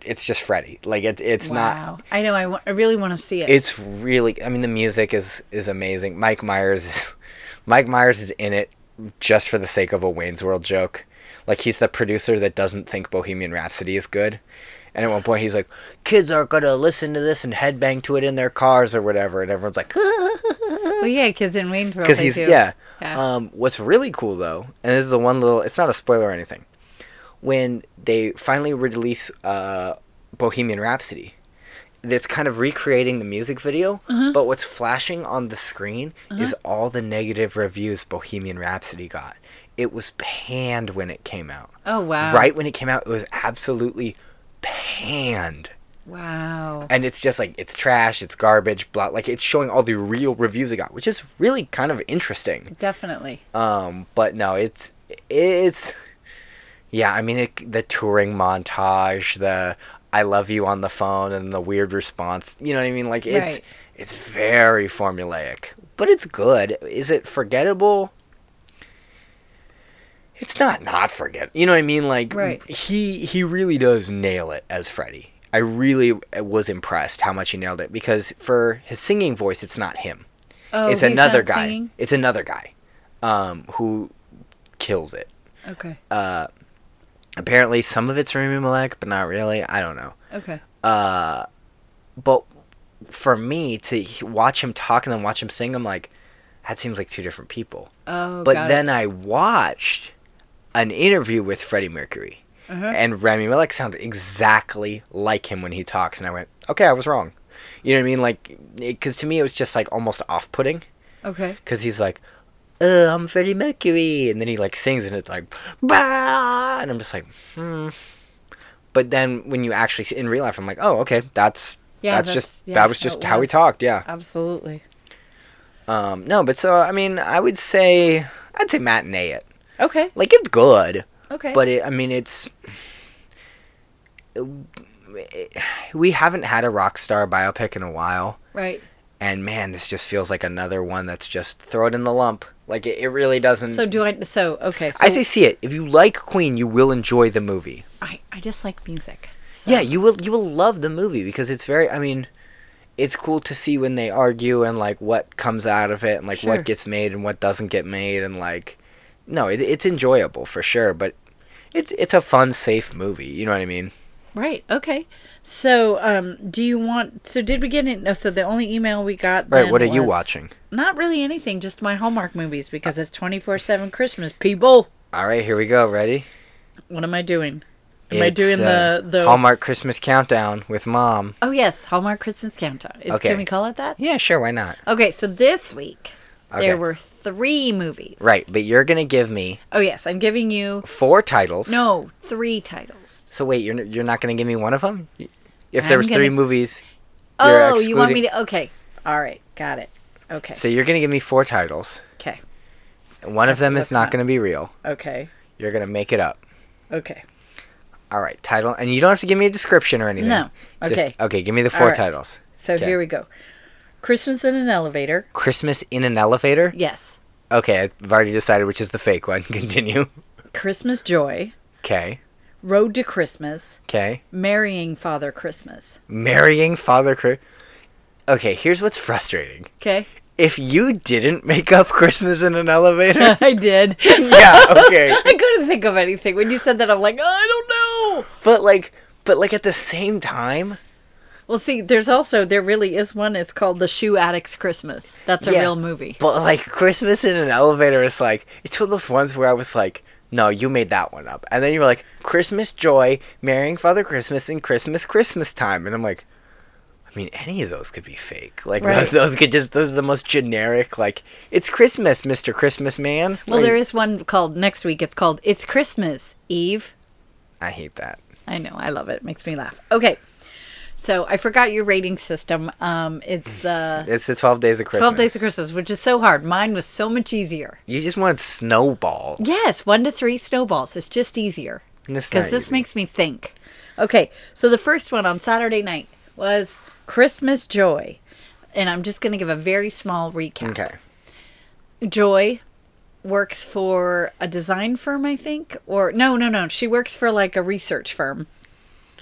it's just Freddy. Like it, it's not. Wow. I know. I, wa- I really want to see it. It's really. I mean, the music is is amazing. Mike Myers, is, Mike Myers is in it just for the sake of a Wayne's World joke. Like he's the producer that doesn't think Bohemian Rhapsody is good. And at one point he's like, "Kids are gonna listen to this and headbang to it in their cars or whatever," and everyone's like, well, yeah, because in Wayne's World, because they he's do. yeah. Yeah. Um, what's really cool though, and this is the one little. It's not a spoiler or anything. When they finally release uh, Bohemian Rhapsody, that's kind of recreating the music video. Uh-huh. But what's flashing on the screen is all the negative reviews Bohemian Rhapsody got. It was panned when it came out. Oh wow. Right when it came out, it was absolutely panned Wow. and it's just like it's trash, it's garbage, blah. Like it's showing all the real reviews I got, which is really kind of interesting. Definitely. Um, but no, it's it's yeah. I mean, it, the touring montage, the I love you on the phone, and the weird response. You know what I mean? Like it's Right. it's very formulaic, but it's good. Is it forgettable? It's not not forget. You know what I mean? Like Right. he he really does nail it as Freddy. I really uh, was impressed how much he nailed it because for his singing voice, it's not him Oh, it's he's another not guy. singing? It's another guy um, who kills it. Okay. Uh, Apparently, some of it's Rami Malek, but not really. I don't know. okay. But for me to he- watch him talk and then watch him sing, I'm like, that seems like two different people. Oh. but got it. then I watched an interview with Freddie Mercury, Uh-huh. and Rami Malek sounds exactly like him when he talks, and I went, okay, I was wrong. You know what I mean? Like, because to me it was just like almost off-putting. Okay. because he's like, "Uh, I'm Freddie Mercury," and then he like sings, and it's like, "Bah," and I'm just like, hmm. But then when you actually see in real life, I'm like, oh, okay, that's Yeah, that's, that's- just yeah, that was how just it how he was. talked, yeah. Absolutely. Um, no, but so I mean, I would say I'd say matinee it. Okay. Like it's good, Okay. but it, I mean, it's we haven't had a rock star biopic in a while. right. And man, this just feels like another one that's just throw it in the lump. Like it, it really doesn't. So do I? So okay. So Mm. I say see it. If you like Queen, you will enjoy the movie. I, I just like music. So. Yeah, you will. You will love the movie because it's very. I mean, it's cool to see when they argue and like what comes out of it and like Sure. what gets made and what doesn't get made and like, no, it, it's enjoyable for sure. But it's it's a fun, safe movie. You know what I mean? Right. Okay. So um, do you want? So did we get it? No. So the only email we got. Right. then what are you was- watching? Not really anything. Just my Hallmark movies because it's twenty four seven Christmas. People, All right, here we go. Ready? what am I doing? Am I It's, doing uh, the the? Hallmark Christmas countdown with mom? Oh yes, Hallmark Christmas countdown. Is, Okay. Can we call it that? Yeah, sure. Why not? Okay. So this week Okay. there were three movies. Right, but you're gonna give me Oh yes, I'm giving you four titles. no three titles. So wait, you're n- you're not gonna give me one of them? If I'm there was three gonna- movies, you're Oh, you want excluding- me to? Okay. All right. Got it. Okay. so you're gonna give me four titles. Okay. And one of them is look not up. gonna be real. Okay. You're gonna make it up. Okay. All right, title, and you don't have to give me a description or anything. No. Okay. okay, give me the four right. titles. So Okay. here we go. Christmas in an elevator. Christmas in an elevator. Yes. Okay, I've already decided which is the fake one. Continue. Christmas joy. Okay. Road to Christmas. Okay. Marrying Father Christmas. Marrying Father Chris. Okay, here's what's frustrating. Okay. If you didn't make up Christmas in an elevator, I did. yeah, okay. I couldn't think of anything. When you said that, I'm like, "Oh, I don't know. But like, but like at the same time, Well, see, there's also, there really is one. It's called The Shoe Addict's Christmas. That's a Yeah. real movie. But like Christmas in an elevator is like it's one of those ones where I was like, no, you made that one up, and then you were like Christmas joy, marrying Father Christmas, and Christmas Christmas time, and I'm like, I mean, any of those could be fake. Like Right. those, those could just those are the most generic. Like it's Christmas, Mister Christmas Man. Well, Like, there is one called next week. It's called It's Christmas Eve. I hate that. I know. I love it. Makes me laugh. Okay. So I forgot your rating system. Um, it's the It's the Twelve Days of Christmas. 12 Days of Christmas, which is so hard. Mine was so much easier. You just wanted snowballs. Yes, one to three snowballs. It's just easier. It's Because not this easy. makes me think. Okay, so the first one on Saturday night was Christmas Joy. And I'm just going to give a very small recap. Okay. Joy works for a design firm, I think. Or, no, no, no. She works for like a research firm.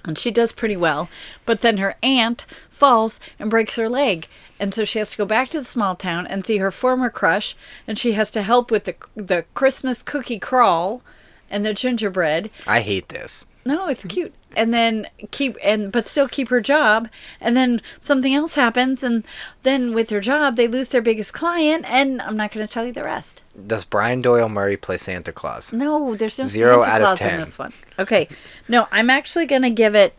And she does pretty well. But then her aunt falls and breaks her leg. And so she has to go back to the small town and see her former crush. And she has to help with the, the Christmas cookie crawl and the gingerbread. I hate this. No, it's cute. And then keep and but still keep her job. And then something else happens and then with her job they lose their biggest client and I'm not going to tell you the rest. Does Brian Doyle Murray play Santa Claus? No, there's no Zero Santa out of Claus 10. in this one. Okay. No, I'm actually going to give it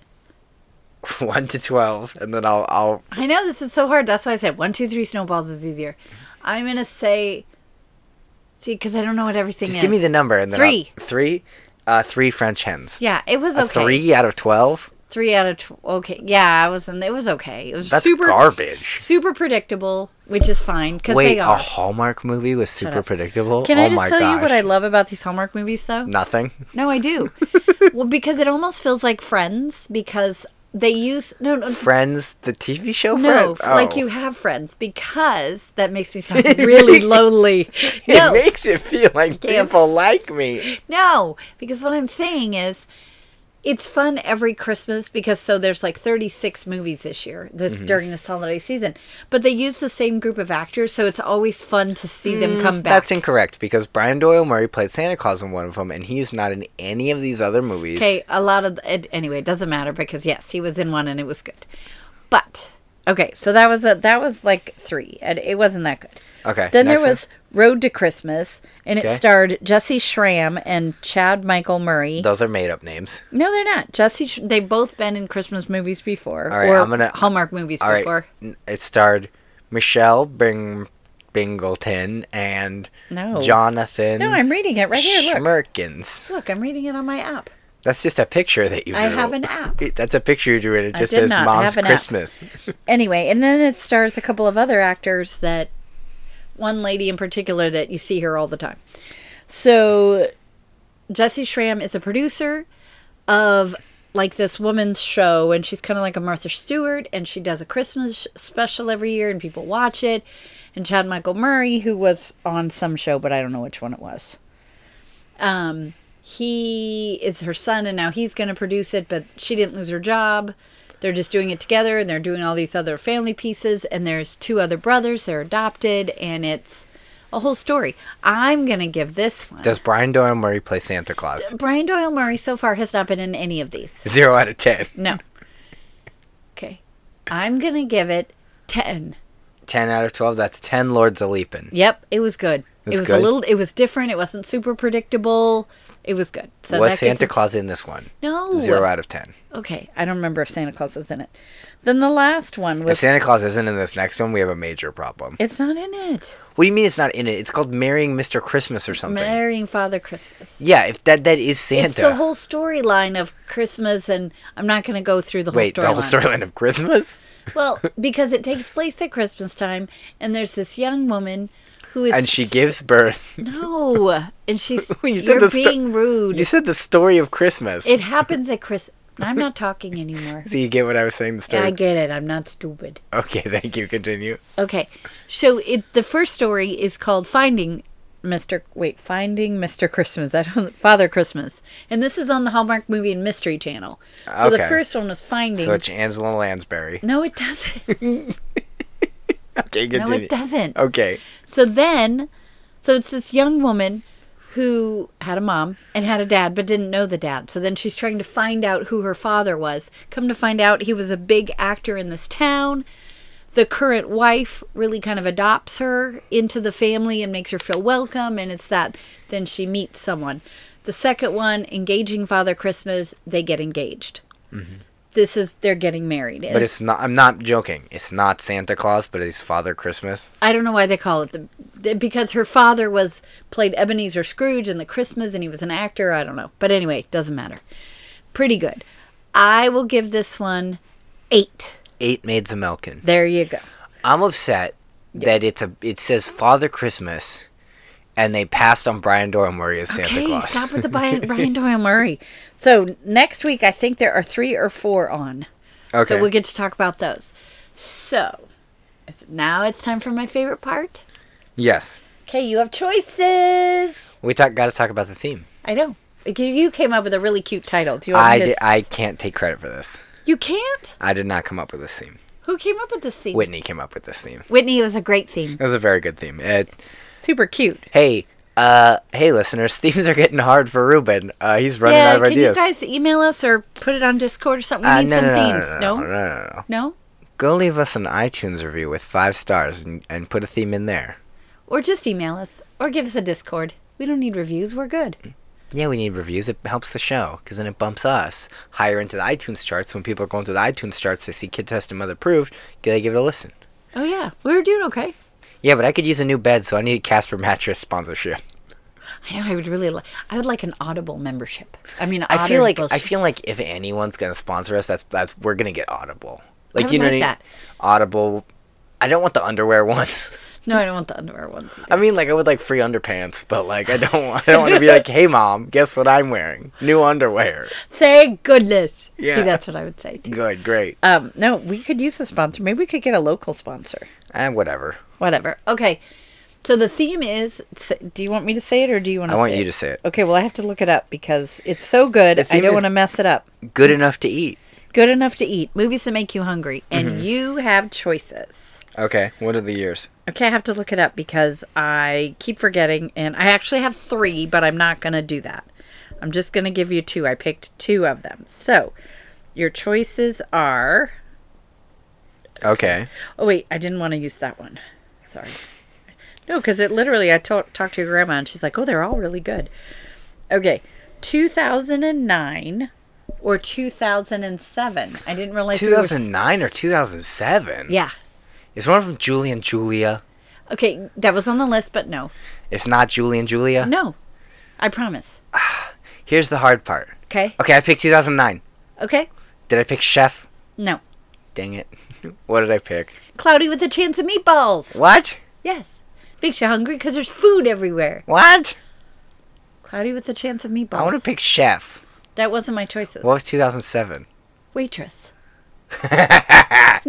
One to twelve, and then I'll I'll I know this is so hard. That's why I said one, two, three snowballs is easier. I'm going to say See, because I don't know what everything just is. give me the number and then Three. I'll- three, uh, three French hens. Yeah, it was A okay. Three out of twelve. Three out of tw- okay. Yeah, I was in. It was okay. It was That's super garbage. super predictable, which is fine because Wait, they a are. Hallmark movie was super up. predictable. Can oh I just my tell gosh. you what I love about these Hallmark movies, though? Nothing. No, I do. well, because it almost feels like Friends because they use no, no, Friends, the TV show. no, Friends? like Oh. you have friends because that makes me sound really lonely. It No, makes it feel like Damn. people like me. No, because what I'm saying is it's fun every Christmas because so there's like 36 movies this year this Mm-hmm. during this holiday season. But they use the same group of actors, so it's always fun to see them come back. Mm, That's incorrect because Brian Doyle Murray played Santa Claus in one of them, and he is not in any of these other movies. okay, a lot of it, anyway, it doesn't matter because yes, he was in one and it was good. But okay, so that was a that was like 3 and it wasn't that good. Okay, Then next there one. was Road to Christmas and it Okay. starred Jesse Schramm and Chad Michael Murray. Those are made up names. No, they're not. Jesse, Sch- they've both been in Christmas movies before, All right, or I'm gonna- Hallmark movies All right. before. n- It starred Michelle Bing Bingleton and No. Jonathan No, I'm reading it right here. Look, Schmerkins. look, I'm reading it on my app. That's just a picture that you drew. I have an app. It- That's a picture you drew, and it I just did says not Mom's have an app. Christmas. Anyway, and then it stars a couple of other actors that, one lady in particular that you see her all the time. So, Jesse Schramm is a producer of like this woman's show, and she's kind of like a Martha Stewart, and she does a Christmas special every year, and people watch it. And Chad Michael Murray, who was on some show, but I don't know which one it was. Um, he is her son, and now he's going to produce it, but she didn't lose her job. They're just doing it together, and they're doing all these other family pieces. And there's two other brothers; they're adopted, and it's a whole story. I'm going to give this one. Does Brian Doyle Murray play Santa Claus? Brian Doyle Murray so far has not been in any of these. Zero out of ten. No. Okay. I'm going to give it 10. Ten out of twelve. That's ten Lords of Leaping. Yep, it was good. It's it was good? a little it was different. It wasn't super predictable. It was good. So was that gets Santa it- Claus in this one? No. Zero out of ten. Okay, I don't remember if Santa Claus was in it. Then the last one If was Santa Claus isn't in this next one, we have a major problem. It's not in it. What do you mean it's not in it? It's called Marrying Mr. Christmas or something. Marrying Father Christmas. yeah, if that that is Santa. It's the whole storyline of Christmas and I'm not going to go through the whole Wait, the whole storyline. storyline of Christmas? Well, because it takes place at Christmas time, and there's this young woman who is And she gives birth. no, and she's You you said are the sto- being rude. You said the story of Christmas. it happens at Chris. I'm not talking anymore. so you get what I was saying. The story. I get it. I'm not stupid. Okay, thank you. Continue. Okay, so it the first story is called Finding Mr. Wait, Finding Mr. Christmas. I don't Father Christmas, and this is on the Hallmark Movie and Mystery Channel. So Okay. the first one was Finding. So it's Angela Lansbury. no, it doesn't. Okay, No, continue. it doesn't. Okay. So then, so it's this young woman who had a mom and had a dad, but didn't know the dad. So then she's trying to find out who her father was. Come to find out, he was a big actor in this town. The current wife really kind of adopts her into the family and makes her feel welcome. And it's that then she meets someone. The second one, engaging Father Christmas, they get engaged. This is they're getting married. Mm-hmm. But it's not. I'm not joking. It's not Santa Claus, but it's Father Christmas. I don't know why they call it the because her father was played Ebenezer Scrooge in the Christmas and he was an actor. I don't know. But anyway, doesn't matter. Pretty good. I will give this one eight. Eight maids a milking. There you go. I'm upset that it's a. It says Father Christmas, and they passed on Brian Doyle Murray as Santa okay, Claus. stop with the Brian, Brian Doyle Murray. So next week, I think there are three or four on. Okay. So we'll get to talk about those. So is- now it's time for my favorite part. yes. Okay, you have choices. We talk, got to talk about the theme. I know. You- You came up with a really cute title. Do you want I, me to? di- s- I can't take credit for this. you can't. I did not come up with this theme. Who came up with this theme? Whitney came up with this theme. Whitney it was a great theme. It was a very good theme. It, Super cute. hey, uh, hey, listeners, themes are getting hard for Ruben. Uh, he's running yeah. out of can ideas. you guys email us or put it on Discord or something? We Uh, need no, some no, no, themes. No, no, no, no, no. No? Go leave us an iTunes review with five stars and, and put a theme in there. Or just email us or give us a Discord. We don't need reviews. We're good. Yeah, we need reviews. It helps the show because then it bumps us higher into the iTunes charts. When people are going to the iTunes charts, they see Kid Test and Mother Proved, they give it a listen. Oh yeah, we were doing okay. Yeah, but I could use a new bed, so I need Casper mattress sponsorship. I know. I would really like. I would like an Audible membership. I mean, I feel like Audible- I feel like if anyone's gonna sponsor us, that's that's we're gonna get Audible. Like would you know like what I mean? that. Audible. I don't want the underwear ones. No, I don't want the underwear ones. Either. I mean, like I would like free underpants, but like I don't want, I don't want to be like, hey mom, guess what I'm wearing? New underwear. Thank goodness. See, Yeah. that's what I would say. Too. Good, great. Um, no, we could use a sponsor. Maybe we could get a local sponsor. And Eh, whatever. Whatever. Okay. So the theme is. s- Do you want me to say it, or do you want to? I want say you to say it. Okay. Well, I have to look it up because it's so good. I theme don't is- want to mess it up. Good enough to eat. Good enough to eat. Movies that make you hungry, and Mm-hmm. you have choices. Okay. What are the years? Okay, I have to look it up because I keep forgetting, and I actually have three, but I'm not going to do that. I'm just going to give you two. I picked two of them. So your choices are. Okay. Oh, wait, I didn't want to use that one. Sorry. No, because it literally, I ta- talked to your grandma, and she's like, oh, they're all really good. Okay, 2009 or 2007. I didn't realize we were s- 2009 or 2007. Yeah. Is one from Julie and Julia? Okay, that was on the list, but no. It's not Julie and Julia. No. I promise. Here's the hard part. Okay. Okay, I picked 2009. Okay. Did I pick Chef? No. Dang it. what did I pick? Cloudy with a chance of meatballs. What? Yes. Makes you hungry because there's food everywhere. What? Cloudy with a chance of I want to meatballs. pick Chef. that wasn't my choices. What was 2007? Waitress. no,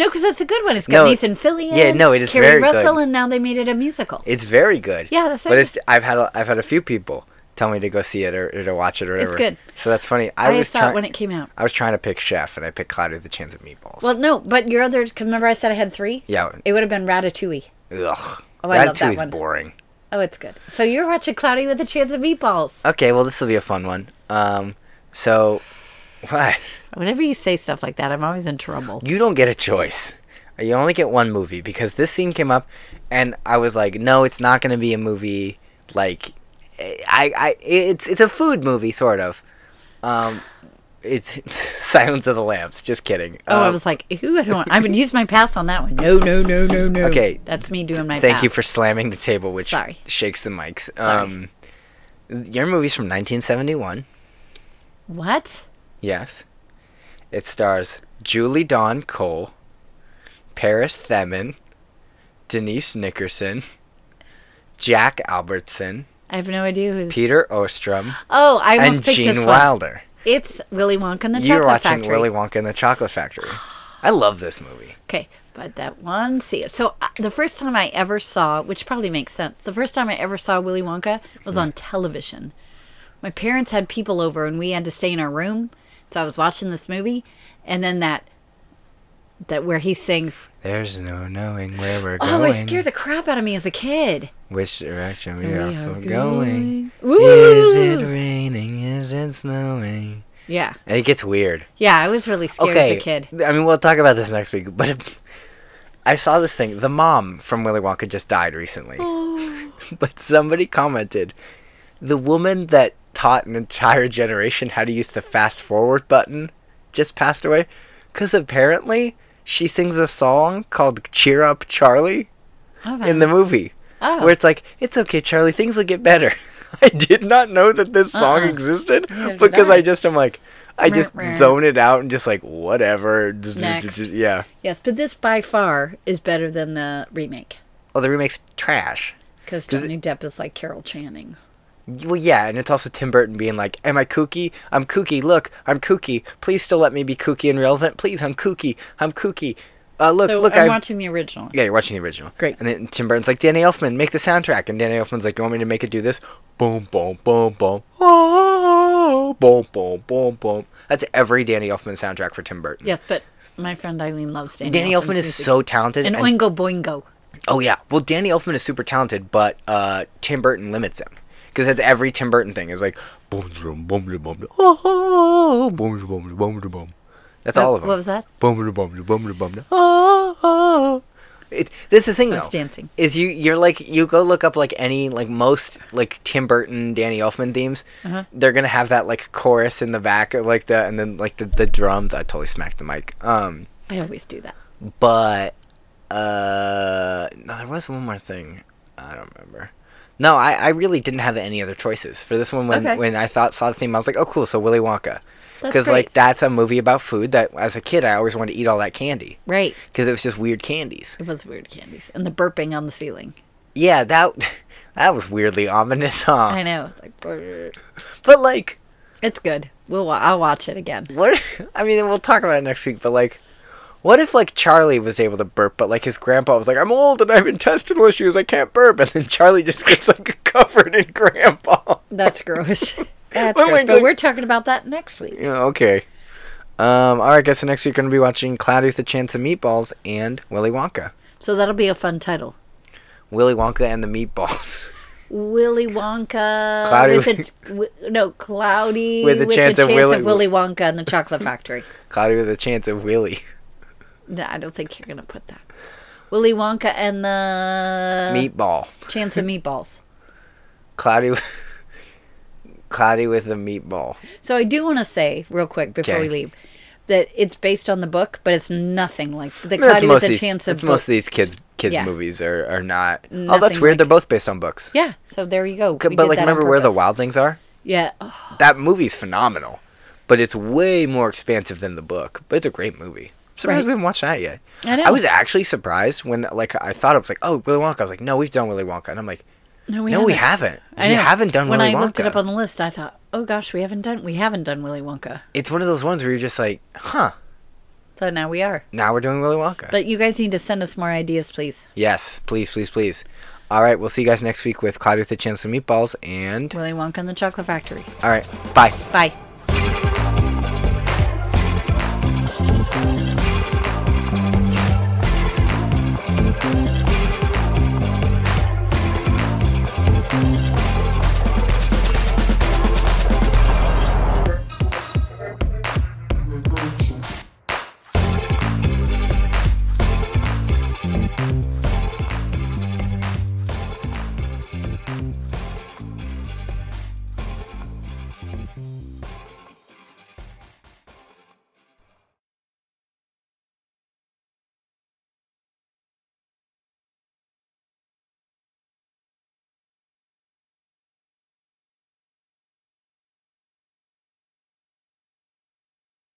because that's a good one. It's No. got Nathan Fillion. Yeah, no, it is Carrie very good. Russell, and now they made it a musical. It's very good. Yeah, that's But it. it's I've had a, I've had a few people tell me to go see it or, or to watch it or whatever. It's good. So that's funny. I, I, was saw trying it when it came out. I was trying to pick Chef and I picked Cloudy with the Chance of Meatballs. Well, no, but your other. Cause remember, I said I had three. yeah. It would have been Ratatouille. Ugh. Oh, I love that Ratatouille's one. boring. Oh, it's good. So you're watching Cloudy with a Chance of Meatballs. Okay, well this will be a fun one. Um so what? Whenever you say stuff like that, I'm always in trouble. you don't get a choice. You only get one movie because this scene came up, and I was like, no, it's not going to be a movie. Like, eh, I, I, it's it's a food movie sort of. Um, it's Silence of the Lambs. Just kidding. Oh, I Um, was like, who? I don't. I would use my pass on that one. No, no, no, no, no. Okay. that's me doing my. Thank you pass. for slamming the table, which Sorry. shakes the mics. Sorry. Um, your movie's from 1971. what? Yes, it stars Julie Dawn Cole, Paris Themin, Denise Nickerson, Jack Albertson, I have no idea who's. Peter Ostrom, oh, I almost and picked this Gene one. Wilder. It's Willy Wonka and the You're Chocolate watching Factory. Willy Wonka and the Chocolate Factory. I love this movie. Okay, but that one. See, so uh, the first time I ever saw, which probably makes sense, the first time I ever saw Willy Wonka was on television. My parents had people over, and we had to stay in our room. So I was watching this movie, and then that. That where he sings. There's no knowing where we're Oh, going, it scared the crap out of me as a kid. which direction we, We are, are for going. Woo! Is it raining? Is it snowing? Yeah. And it gets weird. Yeah, I was really scared as a kid. th- I mean, we'll talk about this next week, but it- I saw this thing. The mom from Willy Wonka just died recently. Oh. but somebody commented the woman that taught an entire generation how to use the fast forward button just passed away because apparently she sings a song called Cheer Up Charlie Okay. in the movie Oh. where it's like, it's okay, Charlie, things will get better. I did not know that this song existed Uh-uh. did because I. I just am like, I just Meh, meh. zone it out and just like whatever. Next. Yeah. yes, but this by far is better than the remake Well, Oh, the remake's trash. because Does it- Johnny Depp is like Carol Channing. Well, yeah, and it's also Tim Burton being like, "Am I kooky? I'm kooky. Look, I'm kooky. Please still let me be kooky and relevant. Please, I'm kooky. I'm kooky. Uh, look, so look, I'm I've- watching the original. Yeah, you're watching the original. Great. And then Tim Burton's like, Danny Elfman, make the soundtrack. And Danny Elfman's like, you want me to make it do this? Boom, boom, boom, boom. Oh, boom, boom, boom, boom, boom. That's every Danny Elfman soundtrack for Tim Burton. Yes, but my friend Eileen loves Danny. Danny Elfman's Elfman is music. so talented. and, and- Oingo Boingo. oh yeah, well Danny Elfman is super talented, but uh, Tim Burton limits him because that's every Tim Burton thing. Is like boom, boom, boom, boom, boom, oh, oh, oh, boom, boom, boom, boom, boom. That's all What- of them. what was that? Boom, boom, boom, boom, boom. Oh, oh. It, that's the thing though. That's dancing. Is you you're like you go look up like any like most like Tim Burton, Danny Elfman themes. They're gonna have that like chorus in the back of like the and then like the, the drums. I totally smacked the mic. Um, I always do that. but uh, no, there was one more thing. I don't remember. No, I, I really didn't have any other choices for this one. When Okay. when I thought saw the theme, I was like, oh cool, so Willy Wonka, That's because great. like that's a movie about food that as a kid I always wanted to eat all that candy Right. because it was just weird candies. It was weird candies and the burping on the ceiling. Yeah, that that was weirdly ominous, huh? I know. It's like brrr. But like, it's good. We'll wa- I'll watch it again. what? I mean, we'll talk about it next week. But like, what if like Charlie was able to burp, but like his grandpa was like, "I'm old and I have intestinal issues. I can't burp," and then Charlie just gets like covered in grandpa. That's gross. That's Oh my gross. God. But we're talking about that next week. You know, okay. Um, all right, guys. So next week we're gonna be watching Cloudy with a Chance of Meatballs and Willy Wonka. So that'll be a fun title. Willy Wonka and the Meatballs Willy Wonka Cloudy with a with- wi- no cloudy With a chance of Willy- Wonka and the Chocolate Factory. Cloudy with a Chance of Willy No, I don't think you're gonna put that. Willy Wonka and the Meatball. Chance of Meatballs. Cloudy. with- Cloudy with a meatball. So I do want to say real quick before Okay. we leave that it's based on the book, but it's nothing like the I mean, Cloudy with a these- Chance that's of most of book. these kids kids Yeah. movies are, are not. oh, that's Nothing weird. like- They're both based on books. Yeah, so there you go. We but did like, that on remember where the purpose. Wildlings are? Yeah, oh, That movie's phenomenal, but it's way more expansive than the book. But it's a great movie. I'm surprised Right. we haven't watched that yet. I know. was actually surprised when like I thought it was like, oh, Willy Wonka. I was like, no, we've done Willy Wonka, and I'm like, no, we no, haven't. we haven't. I We know. haven't done when Willy I Wonka. looked it up on the list. I thought, oh gosh, we haven't done we haven't done Willy Wonka. it's one of those ones where you're just like, huh. So now we are. Now we're doing Willy Wonka. But you guys need to send us more ideas, please. yes, please, please, please. All right, we'll see you guys next week with Cloudy with a Chance of Meatballs, and Willy Wonka and the Chocolate Factory. all right, bye. Bye.